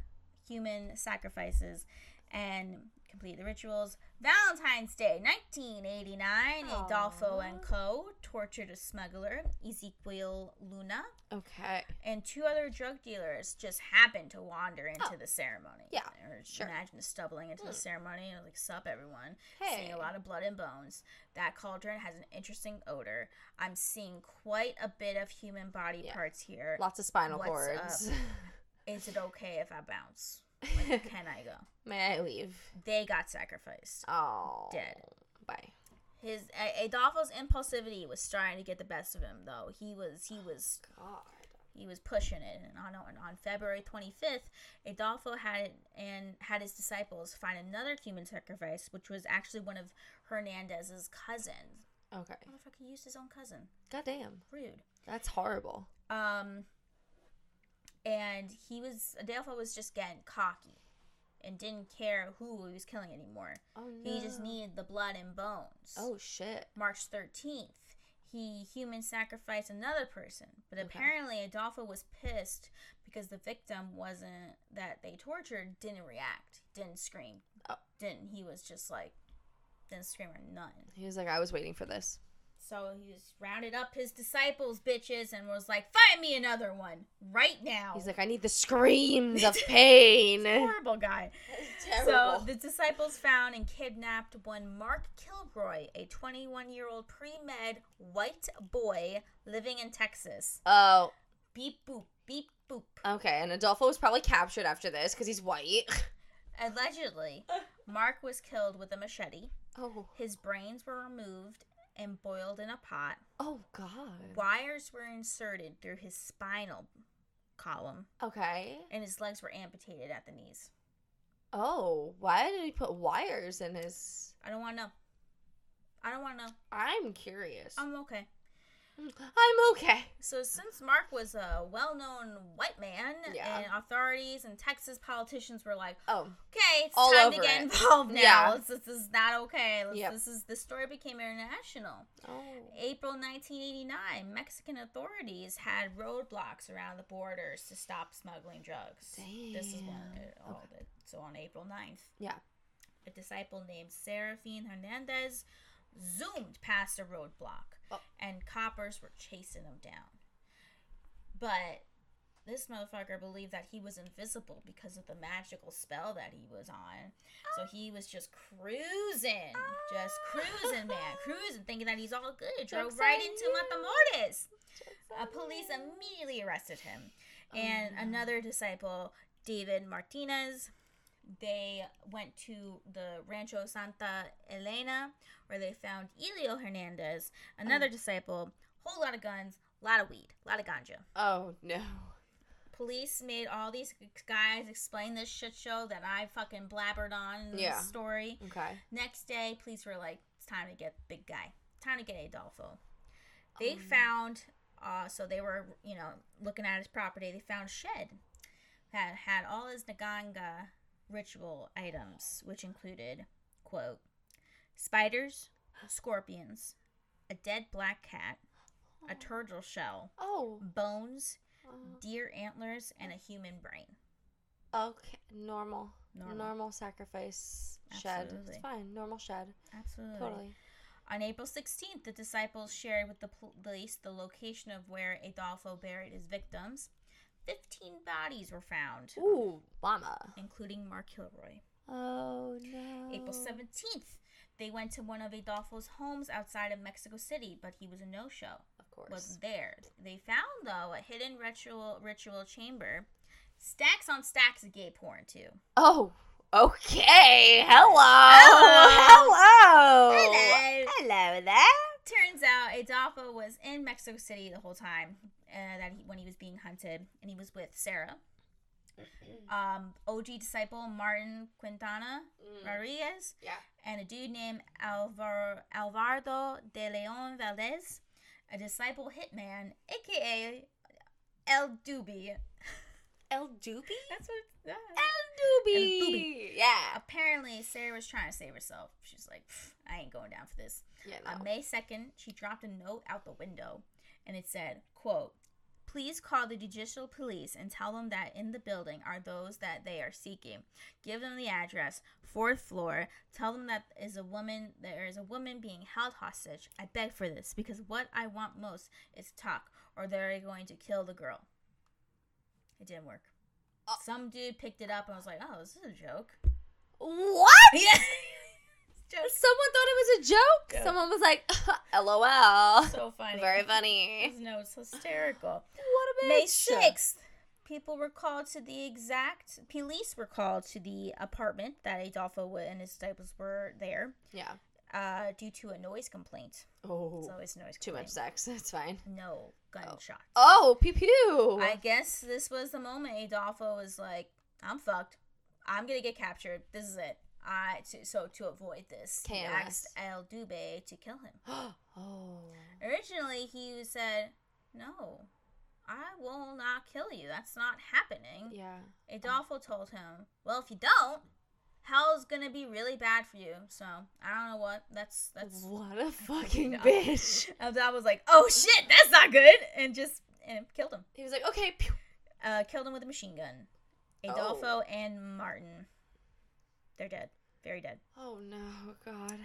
[SPEAKER 1] human sacrifices and completed the rituals. Valentine's Day, 1989, Adolfo
[SPEAKER 2] Aw.
[SPEAKER 1] and Co. tortured a smuggler, Ezequiel Luna,
[SPEAKER 2] Okay.
[SPEAKER 1] and two other drug dealers just happened to wander into
[SPEAKER 2] Oh.
[SPEAKER 1] the ceremony.
[SPEAKER 2] Yeah,
[SPEAKER 1] Or just
[SPEAKER 2] sure.
[SPEAKER 1] imagine stumbling into the
[SPEAKER 2] Mm.
[SPEAKER 1] ceremony and like sup everyone.
[SPEAKER 2] Hey.
[SPEAKER 1] Seeing a lot of blood and bones. That cauldron has an interesting odor. I'm seeing quite a bit of human body
[SPEAKER 2] Yeah.
[SPEAKER 1] parts here.
[SPEAKER 2] Lots of spinal
[SPEAKER 1] What's
[SPEAKER 2] cords.
[SPEAKER 1] Is it okay if I bounce? Like, can I go?
[SPEAKER 2] May I leave?
[SPEAKER 1] They got sacrificed.
[SPEAKER 2] Oh.
[SPEAKER 1] Dead.
[SPEAKER 2] Bye.
[SPEAKER 1] His A- Adolfo's impulsivity was starting to get the best of him, though. He was he was
[SPEAKER 2] God.
[SPEAKER 1] he was pushing it and on, on, on february 25th adolfo had and had his disciples find another human sacrifice which was actually one of hernandez's cousins
[SPEAKER 2] Okay.
[SPEAKER 1] motherfucker used his own cousin
[SPEAKER 2] God damn.
[SPEAKER 1] rude
[SPEAKER 2] That's horrible.
[SPEAKER 1] um and he was adolfo was just getting cocky and didn't care who he was killing anymore
[SPEAKER 2] Oh
[SPEAKER 1] he just needed the blood and bones
[SPEAKER 2] Oh shit.
[SPEAKER 1] March 13th, he human sacrificed another person. But
[SPEAKER 2] Okay.
[SPEAKER 1] apparently, Adolfo was pissed because the victim wasn't that they tortured didn't react, didn't scream,
[SPEAKER 2] Oh.
[SPEAKER 1] didn't. He was just like didn't scream or nothing.
[SPEAKER 2] He was like, I was waiting for this.
[SPEAKER 1] So he just rounded up his disciples, bitches, and was like, "Find me another one right now."
[SPEAKER 2] He's like, "Eh." I need the screams of pain.
[SPEAKER 1] horrible guy. So the disciples found and kidnapped one Mark Kilroy, a 21 year old pre med white boy living in Texas.
[SPEAKER 2] oh,
[SPEAKER 1] Beep boop, beep boop.
[SPEAKER 2] okay. And Adolfo was probably captured after this because he's white.
[SPEAKER 1] Allegedly, Mark was killed with a machete.
[SPEAKER 2] Oh,
[SPEAKER 1] His brains were removed and boiled in a pot.
[SPEAKER 2] oh God.
[SPEAKER 1] Wires were inserted through his spinal column,
[SPEAKER 2] Okay.
[SPEAKER 1] and his legs were amputated at the knees.
[SPEAKER 2] Oh, why did he put wires in his?
[SPEAKER 1] I don't want to know. I don't want to know.
[SPEAKER 2] I'm curious.
[SPEAKER 1] I'm okay.
[SPEAKER 2] I'm okay.
[SPEAKER 1] So since Mark was a well-known white man,
[SPEAKER 2] Yeah.
[SPEAKER 1] and authorities and Texas politicians were like,
[SPEAKER 2] Oh,
[SPEAKER 1] "Okay, it's
[SPEAKER 2] All
[SPEAKER 1] time to
[SPEAKER 2] over
[SPEAKER 1] get
[SPEAKER 2] it.
[SPEAKER 1] involved now.
[SPEAKER 2] Yeah.
[SPEAKER 1] This, this is not okay. This,
[SPEAKER 2] Yep.
[SPEAKER 1] this is the story became international."
[SPEAKER 2] oh,
[SPEAKER 1] April 1989, Mexican authorities had roadblocks around the borders to stop smuggling drugs. This is one.
[SPEAKER 2] Damn.
[SPEAKER 1] All of it. So on April 9th,
[SPEAKER 2] yeah.
[SPEAKER 1] a disciple named Serafine Hernandez zoomed past a roadblock,
[SPEAKER 2] Oh.
[SPEAKER 1] and coppers were chasing him down. But this motherfucker believed that he was invisible because of the magical spell that he was on. So he was just cruising, just
[SPEAKER 2] Ah.
[SPEAKER 1] cruising, man, cruising, thinking that he's all good. Drove
[SPEAKER 2] Jokes
[SPEAKER 1] right
[SPEAKER 2] on
[SPEAKER 1] into
[SPEAKER 2] you.
[SPEAKER 1] Matamoros. Uh, police immediately arrested him. And another disciple, David Martinez, they went to the Rancho Santa Elena where they found Elio Hernandez, another disciple, whole lot of guns, lot of weed, lot of ganja.
[SPEAKER 2] Oh no.
[SPEAKER 1] Police made all these guys explain this shit show that I fucking blabbered on in
[SPEAKER 2] Yeah.
[SPEAKER 1] this story.
[SPEAKER 2] Okay.
[SPEAKER 1] Next day, police were like, it's time to get big guy. Time to get Adolfo. They found, uh, so they were, you know, looking at his property. They found a shed that had all his Naganga ritual items, which included, quote, spiders, scorpions, a dead black cat, a turtle shell,
[SPEAKER 2] Oh.
[SPEAKER 1] bones,
[SPEAKER 2] uh,
[SPEAKER 1] deer antlers, and a human brain.
[SPEAKER 2] okay. Normal. Normal,
[SPEAKER 1] Normal.
[SPEAKER 2] sacrifice shed. It's
[SPEAKER 1] Absolutely.
[SPEAKER 2] fine. Normal shed.
[SPEAKER 1] Absolutely.
[SPEAKER 2] Totally.
[SPEAKER 1] On April 16th, the disciples shared with the police the location of where Adolfo buried his victims. Fifteen bodies were found,
[SPEAKER 2] Ooh, mama.
[SPEAKER 1] including Mark Kilroy.
[SPEAKER 2] Oh no.
[SPEAKER 1] April 17th, they went to one of Adolfo's homes outside of Mexico City, but he was a no show.
[SPEAKER 2] Of course.
[SPEAKER 1] Wasn't there. They found, though, a hidden ritual, ritual chamber. Stacks on stacks of gay porn, too.
[SPEAKER 2] Oh, okay. Hello.
[SPEAKER 1] Hello.
[SPEAKER 2] Hello.
[SPEAKER 1] Hello.
[SPEAKER 2] Hello there.
[SPEAKER 1] Turns out Adolfo was in Mexico City the whole time uh, that he, when he was being hunted, and he was with Sarah. Um, OG disciple Martin Quintana Rodriguez
[SPEAKER 2] Mm. Yeah.
[SPEAKER 1] and a dude named Alvar- Alvardo de Leon Valdez, a disciple hitman, aka El Doobie.
[SPEAKER 2] El Doobie?
[SPEAKER 1] That's what it's
[SPEAKER 2] El Doobie.
[SPEAKER 1] El Doobie.
[SPEAKER 2] Yeah.
[SPEAKER 1] Apparently, Sarah was trying to save herself. She's like, "Pff, I ain't going down for this.
[SPEAKER 2] Yeah,
[SPEAKER 1] On May 2nd, she dropped a note out the window and it said, quote, Please call the judicial police and tell them that in the building are those that they are seeking. Give them the address, fourth floor. Tell them that is a woman there is a woman being held hostage. I beg for this because what I want most is talk, or they're going to kill the girl. It didn't work.
[SPEAKER 2] Uh.
[SPEAKER 1] Some dude picked it up and was like, "Oh, is this a joke?"
[SPEAKER 2] What?
[SPEAKER 1] Yeah, just
[SPEAKER 2] Someone thought it was a joke.
[SPEAKER 1] Yeah.
[SPEAKER 2] Someone was like, LOL.
[SPEAKER 1] so funny.
[SPEAKER 2] Very funny.
[SPEAKER 1] His notes hysterical.
[SPEAKER 2] What a
[SPEAKER 1] May
[SPEAKER 2] bitch.
[SPEAKER 1] 6th, people were called to the exact, police were called to the apartment that Adolfo wa- and his disciples were there
[SPEAKER 2] Yeah.
[SPEAKER 1] uh, due to a noise complaint.
[SPEAKER 2] Oh.
[SPEAKER 1] It's always a noise
[SPEAKER 2] Too much
[SPEAKER 1] complaint.
[SPEAKER 2] sex. It's fine.
[SPEAKER 1] No gunshots.
[SPEAKER 2] Oh, pew pew.
[SPEAKER 1] I guess this was the moment Adolfo was like, I'm fucked. I'm going to get captured. This is it. I, to, so to avoid this, he
[SPEAKER 2] KMS.
[SPEAKER 1] asked El Dube to kill him.
[SPEAKER 2] oh.
[SPEAKER 1] Originally, he said, No, I will not kill you. That's not happening.
[SPEAKER 2] Yeah.
[SPEAKER 1] Adolfo told him, Well, if you don't, hell's gonna be really bad for you. So I don't know what. That's that's.
[SPEAKER 2] What a fucking
[SPEAKER 1] Yeah.
[SPEAKER 2] bitch.
[SPEAKER 1] Adolfo was like, Oh shit, that's not good, and just and killed him.
[SPEAKER 2] He was like, okay, pew.
[SPEAKER 1] Uh, killed him with a machine gun.
[SPEAKER 2] Oh.
[SPEAKER 1] Adolfo and Martin, they're dead. Very dead.
[SPEAKER 2] Oh no, God.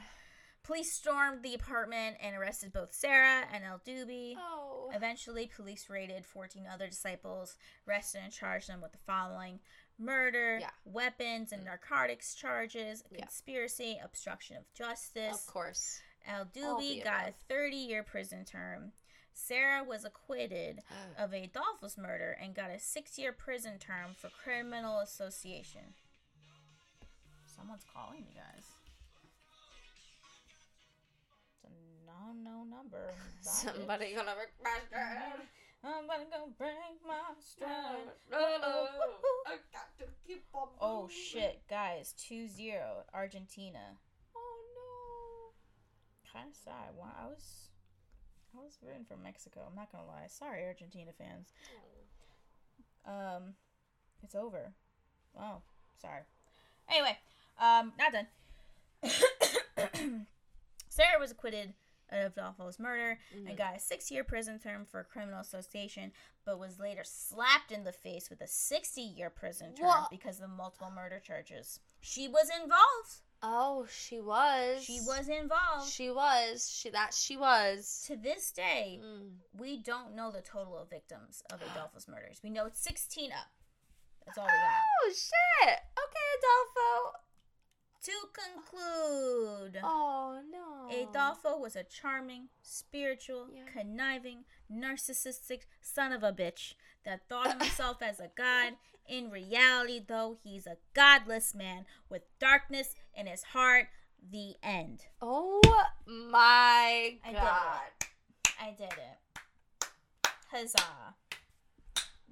[SPEAKER 1] Police stormed the apartment and arrested both Sarah and El Doobie.
[SPEAKER 2] Oh.
[SPEAKER 1] Eventually, police raided 14 other disciples, arrested and charged them with the following murder,
[SPEAKER 2] Yeah.
[SPEAKER 1] weapons and narcotics charges,
[SPEAKER 2] Yeah.
[SPEAKER 1] conspiracy, obstruction of
[SPEAKER 2] Of
[SPEAKER 1] justice.
[SPEAKER 2] course.
[SPEAKER 1] Al
[SPEAKER 2] the
[SPEAKER 1] Doobie got a 30 year prison term. Sarah was acquitted
[SPEAKER 2] Uh,
[SPEAKER 1] of Adolfo's murder and got a six year prison term for criminal association. Someone's calling you guys. It's a no no number.
[SPEAKER 2] Somebody gonna break my stride.
[SPEAKER 1] I'm gonna go break my stride.
[SPEAKER 2] No, no, I got to keep on.
[SPEAKER 1] Oh
[SPEAKER 2] moving.
[SPEAKER 1] shit, guys, 2-0 Argentina.
[SPEAKER 2] Oh
[SPEAKER 1] Kind of sad. Well, I was, I was rooting for Mexico. I'm not gonna lie. Sorry, Argentina fans. Um, it's over. Oh, sorry. Anyway, um, not done. Sarah was acquitted of Adolfo's murder
[SPEAKER 2] Mm-hmm.
[SPEAKER 1] and got a six-year prison term for criminal association, but was later slapped in the face with a sixty-year prison term
[SPEAKER 2] Wha-
[SPEAKER 1] because of multiple murder charges. She was involved.
[SPEAKER 2] Oh, she was.
[SPEAKER 1] She was involved.
[SPEAKER 2] She was. She that she was.
[SPEAKER 1] to this day,
[SPEAKER 2] Mm.
[SPEAKER 1] we don't know the total of victims of Adolfo's murders. We know it's 16 up. That's all we got.
[SPEAKER 2] Oh shit! Okay,
[SPEAKER 1] To conclude,
[SPEAKER 2] Adolfo. Oh no.
[SPEAKER 1] Adolfo was a charming, spiritual,
[SPEAKER 2] Yeah.
[SPEAKER 1] conniving, narcissistic son of a bitch that thought of himself as a god. In reality, though, he's a godless man with darkness in his heart. The end.
[SPEAKER 2] Oh my
[SPEAKER 1] I did it.
[SPEAKER 2] god.
[SPEAKER 1] I did it. Huzzah.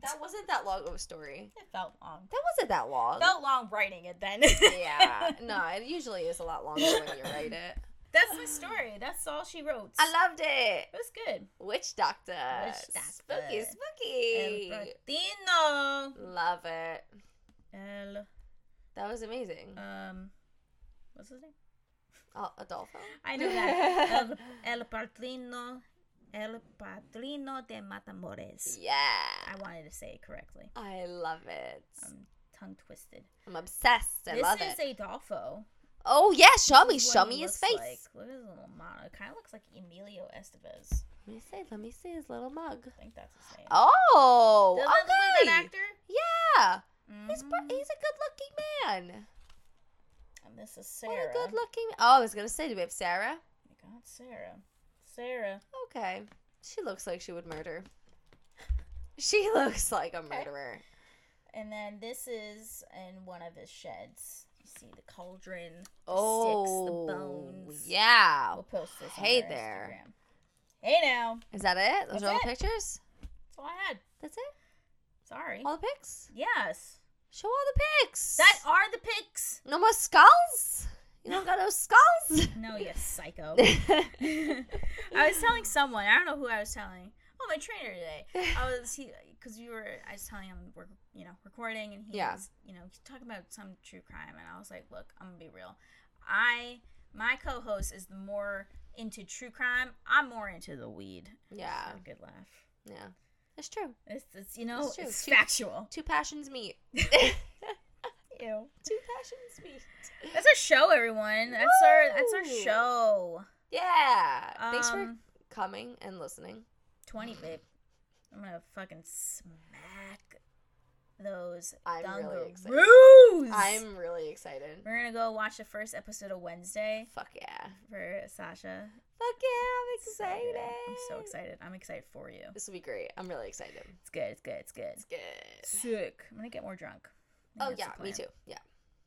[SPEAKER 2] That wasn't that long of a story.
[SPEAKER 1] It felt long.
[SPEAKER 2] That wasn't that long.
[SPEAKER 1] Felt long writing it then.
[SPEAKER 2] yeah. No, it usually is a lot longer when you write it.
[SPEAKER 1] That's my story. That's all she wrote.
[SPEAKER 2] I loved it.
[SPEAKER 1] it was good.
[SPEAKER 2] Witch doctor.
[SPEAKER 1] Witch doctor.
[SPEAKER 2] Spooky, spooky.
[SPEAKER 1] Infantino.
[SPEAKER 2] Love it.
[SPEAKER 1] El,
[SPEAKER 2] That was amazing.
[SPEAKER 1] um, what's his name?
[SPEAKER 2] Al- Adolfo.
[SPEAKER 1] I know that. El, el Patrino. El Patrino de Matamores.
[SPEAKER 2] yeah.
[SPEAKER 1] I wanted to say it correctly.
[SPEAKER 2] I love it.
[SPEAKER 1] I'm tongue twisted.
[SPEAKER 2] I'm obsessed. I
[SPEAKER 1] this
[SPEAKER 2] love
[SPEAKER 1] is
[SPEAKER 2] it.
[SPEAKER 1] Adolfo.
[SPEAKER 2] oh yeah, show me,
[SPEAKER 1] This is
[SPEAKER 2] show
[SPEAKER 1] what
[SPEAKER 2] me
[SPEAKER 1] he
[SPEAKER 2] his
[SPEAKER 1] looks
[SPEAKER 2] face.
[SPEAKER 1] Like. Look at his little mouth. It kind of looks like Emilio Estevez.
[SPEAKER 2] Let me see. Let me see his little mug.
[SPEAKER 1] I think that's his name.
[SPEAKER 2] Oh,
[SPEAKER 1] Doesn't that look like that
[SPEAKER 2] okay.
[SPEAKER 1] actor?
[SPEAKER 2] Yeah, he's pr-
[SPEAKER 1] Mhm.
[SPEAKER 2] he's a good looking man.
[SPEAKER 1] And this is Sarah.
[SPEAKER 2] What a good looking. Oh, I was gonna say, do we have Sarah?
[SPEAKER 1] We got Sarah. Sarah.
[SPEAKER 2] Okay, she looks like she would murder. She looks like a murderer.
[SPEAKER 1] And then this is in one of his sheds. You see the cauldron, the
[SPEAKER 2] Oh,
[SPEAKER 1] sticks, the bones.
[SPEAKER 2] yeah.
[SPEAKER 1] We'll post this on
[SPEAKER 2] Hey
[SPEAKER 1] our
[SPEAKER 2] there.
[SPEAKER 1] Instagram. Hey now.
[SPEAKER 2] Is that it? Those
[SPEAKER 1] That's
[SPEAKER 2] are all
[SPEAKER 1] it.
[SPEAKER 2] the pictures.
[SPEAKER 1] That's all I had.
[SPEAKER 2] That's it.
[SPEAKER 1] Sorry.
[SPEAKER 2] All the pics.
[SPEAKER 1] yes.
[SPEAKER 2] Show all the pics.
[SPEAKER 1] That are the pics.
[SPEAKER 2] no more skulls. You don't got no skulls.
[SPEAKER 1] No, you psycho. I was telling someone, I don't know who I was telling. Oh, my trainer today. I was he because you were. I was telling him we're you know recording, and he
[SPEAKER 2] Yeah.
[SPEAKER 1] was you know he's talking about some true crime, and I was like, look, I'm gonna be real. I my co-host is more into true crime. I'm more into the weed.
[SPEAKER 2] yeah,
[SPEAKER 1] Had a good laugh.
[SPEAKER 2] yeah. That's true.
[SPEAKER 1] It's, it's you know
[SPEAKER 2] It's true.
[SPEAKER 1] it's
[SPEAKER 2] Two-
[SPEAKER 1] factual.
[SPEAKER 2] Two passions meet. Two passions
[SPEAKER 1] Ew.
[SPEAKER 2] meet.
[SPEAKER 1] That's our show, everyone. That's our that's our
[SPEAKER 2] Woo!
[SPEAKER 1] show.
[SPEAKER 2] Yeah. Thanks for
[SPEAKER 1] Um,
[SPEAKER 2] coming and listening.
[SPEAKER 1] twenty, babe. I'm gonna fucking smack those
[SPEAKER 2] I'm really excited.
[SPEAKER 1] dungaroos.
[SPEAKER 2] I'm really excited.
[SPEAKER 1] We're gonna go watch the first episode of Wednesday
[SPEAKER 2] Fuck yeah.
[SPEAKER 1] for Sasha.
[SPEAKER 2] Fuck yeah,
[SPEAKER 1] So
[SPEAKER 2] I'm
[SPEAKER 1] good.
[SPEAKER 2] excited.
[SPEAKER 1] I'm so excited. I'm excited for you.
[SPEAKER 2] This will be great. I'm really excited.
[SPEAKER 1] It's good. It's good. It's good.
[SPEAKER 2] It's good.
[SPEAKER 1] Sick. I'm gonna get more drunk.
[SPEAKER 2] Oh yeah, me too. Yeah.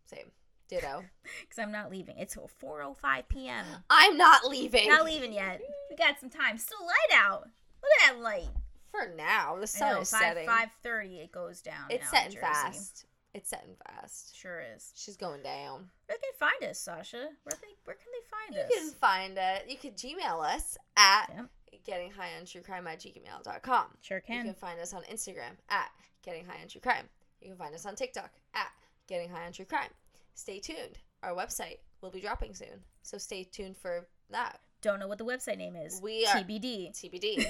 [SPEAKER 2] Same. Ditto.
[SPEAKER 1] Because I'm not leaving. It's 4:05 p.m.
[SPEAKER 2] I'm not leaving.
[SPEAKER 1] not leaving yet. We got some time. Still light out. Look at that light.
[SPEAKER 2] For now. The
[SPEAKER 1] I
[SPEAKER 2] sun
[SPEAKER 1] know,
[SPEAKER 2] is
[SPEAKER 1] five
[SPEAKER 2] setting.
[SPEAKER 1] five thirty. It goes down.
[SPEAKER 2] it's
[SPEAKER 1] now in
[SPEAKER 2] setting
[SPEAKER 1] Jersey.
[SPEAKER 2] fast. It's setting fast.
[SPEAKER 1] Sure is.
[SPEAKER 2] She's going down.
[SPEAKER 1] Where can they find us, Sasha? Where they where can they
[SPEAKER 2] You
[SPEAKER 1] find
[SPEAKER 2] can
[SPEAKER 1] us?
[SPEAKER 2] find it. You could Gmail us at
[SPEAKER 1] Yep.
[SPEAKER 2] getting high on true crime at gmail.com.
[SPEAKER 1] Sure
[SPEAKER 2] You
[SPEAKER 1] can.
[SPEAKER 2] can find us on Instagram at Getting High on True Crime. You can find us on TikTok at Getting High on True Crime. Stay tuned. Our website will be dropping soon. So stay tuned for that.
[SPEAKER 1] Don't know what the website name is.
[SPEAKER 2] We are-
[SPEAKER 1] TBD.
[SPEAKER 2] TBD.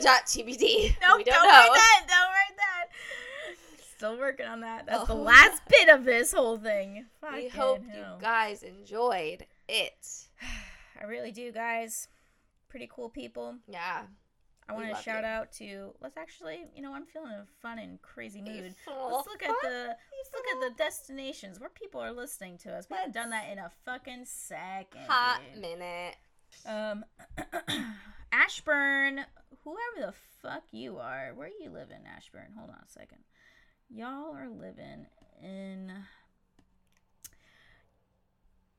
[SPEAKER 2] www.tbd.
[SPEAKER 1] Nope,
[SPEAKER 2] we
[SPEAKER 1] don't
[SPEAKER 2] don't
[SPEAKER 1] write
[SPEAKER 2] know.
[SPEAKER 1] that. Don't write that. Still working on that. That's the
[SPEAKER 2] Oh.
[SPEAKER 1] last bit of this whole thing.
[SPEAKER 2] We
[SPEAKER 1] Fucking
[SPEAKER 2] hope you
[SPEAKER 1] hell.
[SPEAKER 2] guys enjoyed it.
[SPEAKER 1] I really do, guys. Pretty cool people.
[SPEAKER 2] Yeah.
[SPEAKER 1] I
[SPEAKER 2] We
[SPEAKER 1] want to
[SPEAKER 2] love
[SPEAKER 1] shout
[SPEAKER 2] you.
[SPEAKER 1] out to. Let's actually, you know, I'm feeling a fun and crazy mood.
[SPEAKER 2] It's a little
[SPEAKER 1] Let's look at
[SPEAKER 2] fun.
[SPEAKER 1] the let's look at the destinations where people are listening to us. We haven't done that in a fucking second.
[SPEAKER 2] Hot
[SPEAKER 1] dude.
[SPEAKER 2] minute.
[SPEAKER 1] Um, Ashburn, whoever the fuck you are, where you live in Ashburn? Hold on a second. Y'all are living in.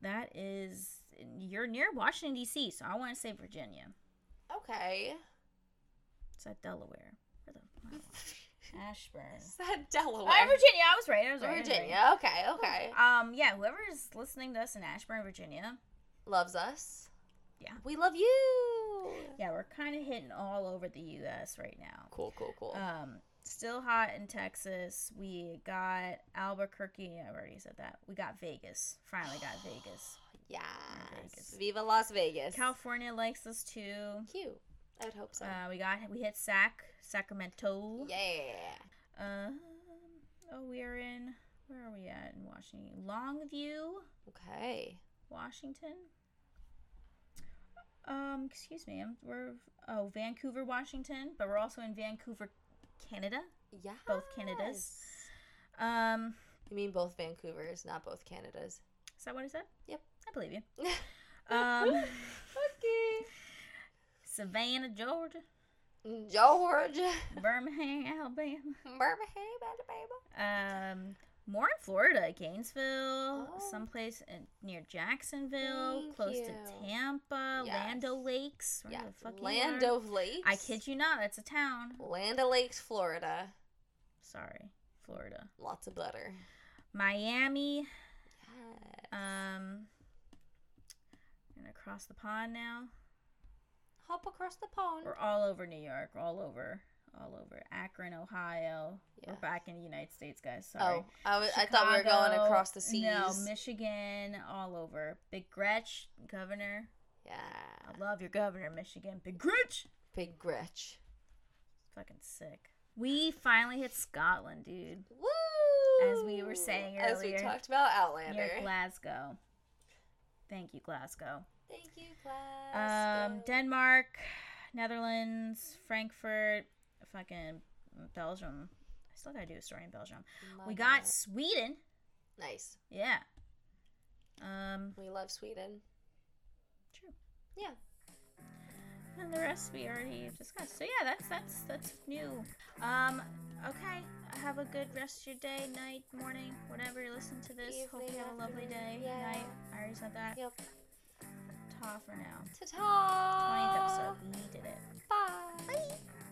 [SPEAKER 1] That is, you're near Washington D.C., so I want to say Virginia.
[SPEAKER 2] Okay.
[SPEAKER 1] It's at Delaware. Where the fuck? Ashburn.
[SPEAKER 2] Is that
[SPEAKER 1] Oh,
[SPEAKER 2] Delaware?
[SPEAKER 1] Virginia. I was right. I was right. I was right.
[SPEAKER 2] Virginia. Okay. Okay.
[SPEAKER 1] Um, yeah. Whoever's listening to us in Ashburn, Virginia,
[SPEAKER 2] Loves us.
[SPEAKER 1] Yeah.
[SPEAKER 2] We love you.
[SPEAKER 1] yeah, we're kind of hitting all over the U.S. right now.
[SPEAKER 2] Cool, cool, cool.
[SPEAKER 1] Um, still hot in Texas. We got Albuquerque. I've already said that. We got Vegas. Finally got Vegas.
[SPEAKER 2] Yes.
[SPEAKER 1] Vegas.
[SPEAKER 2] Viva Las Vegas.
[SPEAKER 1] California likes us too.
[SPEAKER 2] Cute. I would hope so.
[SPEAKER 1] Uh, we got we hit Sac Sacramento.
[SPEAKER 2] yeah.
[SPEAKER 1] Um, oh, we are in Where are we at in Washington? Longview,
[SPEAKER 2] Okay.
[SPEAKER 1] Washington. Um, excuse me. I'm, we're oh Vancouver, Washington, but we're also in Vancouver, Canada.
[SPEAKER 2] Yeah.
[SPEAKER 1] Both Canadas. Um,
[SPEAKER 2] You mean both Vancouver's, not both Canadas.
[SPEAKER 1] is that what I said?
[SPEAKER 2] Yep.
[SPEAKER 1] I believe you. Um,
[SPEAKER 2] okay.
[SPEAKER 1] Savannah, Georgia,
[SPEAKER 2] Georgia.
[SPEAKER 1] Birmingham, Alabama.
[SPEAKER 2] Birmingham, Alabama.
[SPEAKER 1] Um, more in Florida, Gainesville,
[SPEAKER 2] Oh.
[SPEAKER 1] someplace in, near Jacksonville,
[SPEAKER 2] Thank
[SPEAKER 1] close
[SPEAKER 2] you.
[SPEAKER 1] to Tampa, Lando
[SPEAKER 2] Yes.
[SPEAKER 1] Lakes. where
[SPEAKER 2] Yeah.
[SPEAKER 1] the fuck you are.
[SPEAKER 2] Land of Lakes.
[SPEAKER 1] I kid you not, that's a town.
[SPEAKER 2] Land of Lakes, Florida.
[SPEAKER 1] Sorry, Florida,
[SPEAKER 2] Lots of butter.
[SPEAKER 1] Miami.
[SPEAKER 2] Yes.
[SPEAKER 1] Um, and across the pond now.
[SPEAKER 2] Hop across the pond.
[SPEAKER 1] We're all over New York. We're all over, all over Akron, Ohio.
[SPEAKER 2] Yeah.
[SPEAKER 1] We're back in the United States, guys. Sorry.
[SPEAKER 2] Oh, I, was, I thought we were going
[SPEAKER 1] Chicago,
[SPEAKER 2] across the seas.
[SPEAKER 1] No, Michigan, all over. Big Gretch, governor.
[SPEAKER 2] yeah.
[SPEAKER 1] I love your governor, Michigan. Big Gretch.
[SPEAKER 2] Big Gretch.
[SPEAKER 1] Fucking sick. We finally hit Scotland, dude.
[SPEAKER 2] Woo!
[SPEAKER 1] As we were saying
[SPEAKER 2] As we
[SPEAKER 1] earlier,
[SPEAKER 2] talked about
[SPEAKER 1] Near
[SPEAKER 2] Outlander.
[SPEAKER 1] Glasgow. Thank you, Glasgow.
[SPEAKER 2] Thank you, class.
[SPEAKER 1] Um, Denmark, Netherlands, Frankfurt, fucking Belgium. I still gotta do a story in Belgium. we got Sweden.
[SPEAKER 2] nice.
[SPEAKER 1] Yeah. Um,
[SPEAKER 2] We love Sweden.
[SPEAKER 1] True.
[SPEAKER 2] Yeah.
[SPEAKER 1] and the rest we already discussed. So yeah, that's that's that's new. Um, okay. Have a good rest of your day, night, morning, whatever you listen to this. Hope you
[SPEAKER 2] Evening,
[SPEAKER 1] have a lovely day,
[SPEAKER 2] afternoon, yeah.
[SPEAKER 1] night. I already said that.
[SPEAKER 2] Yep.
[SPEAKER 1] Ta for now. 20th
[SPEAKER 2] Ta-ta.
[SPEAKER 1] episode. We did it.
[SPEAKER 2] Bye.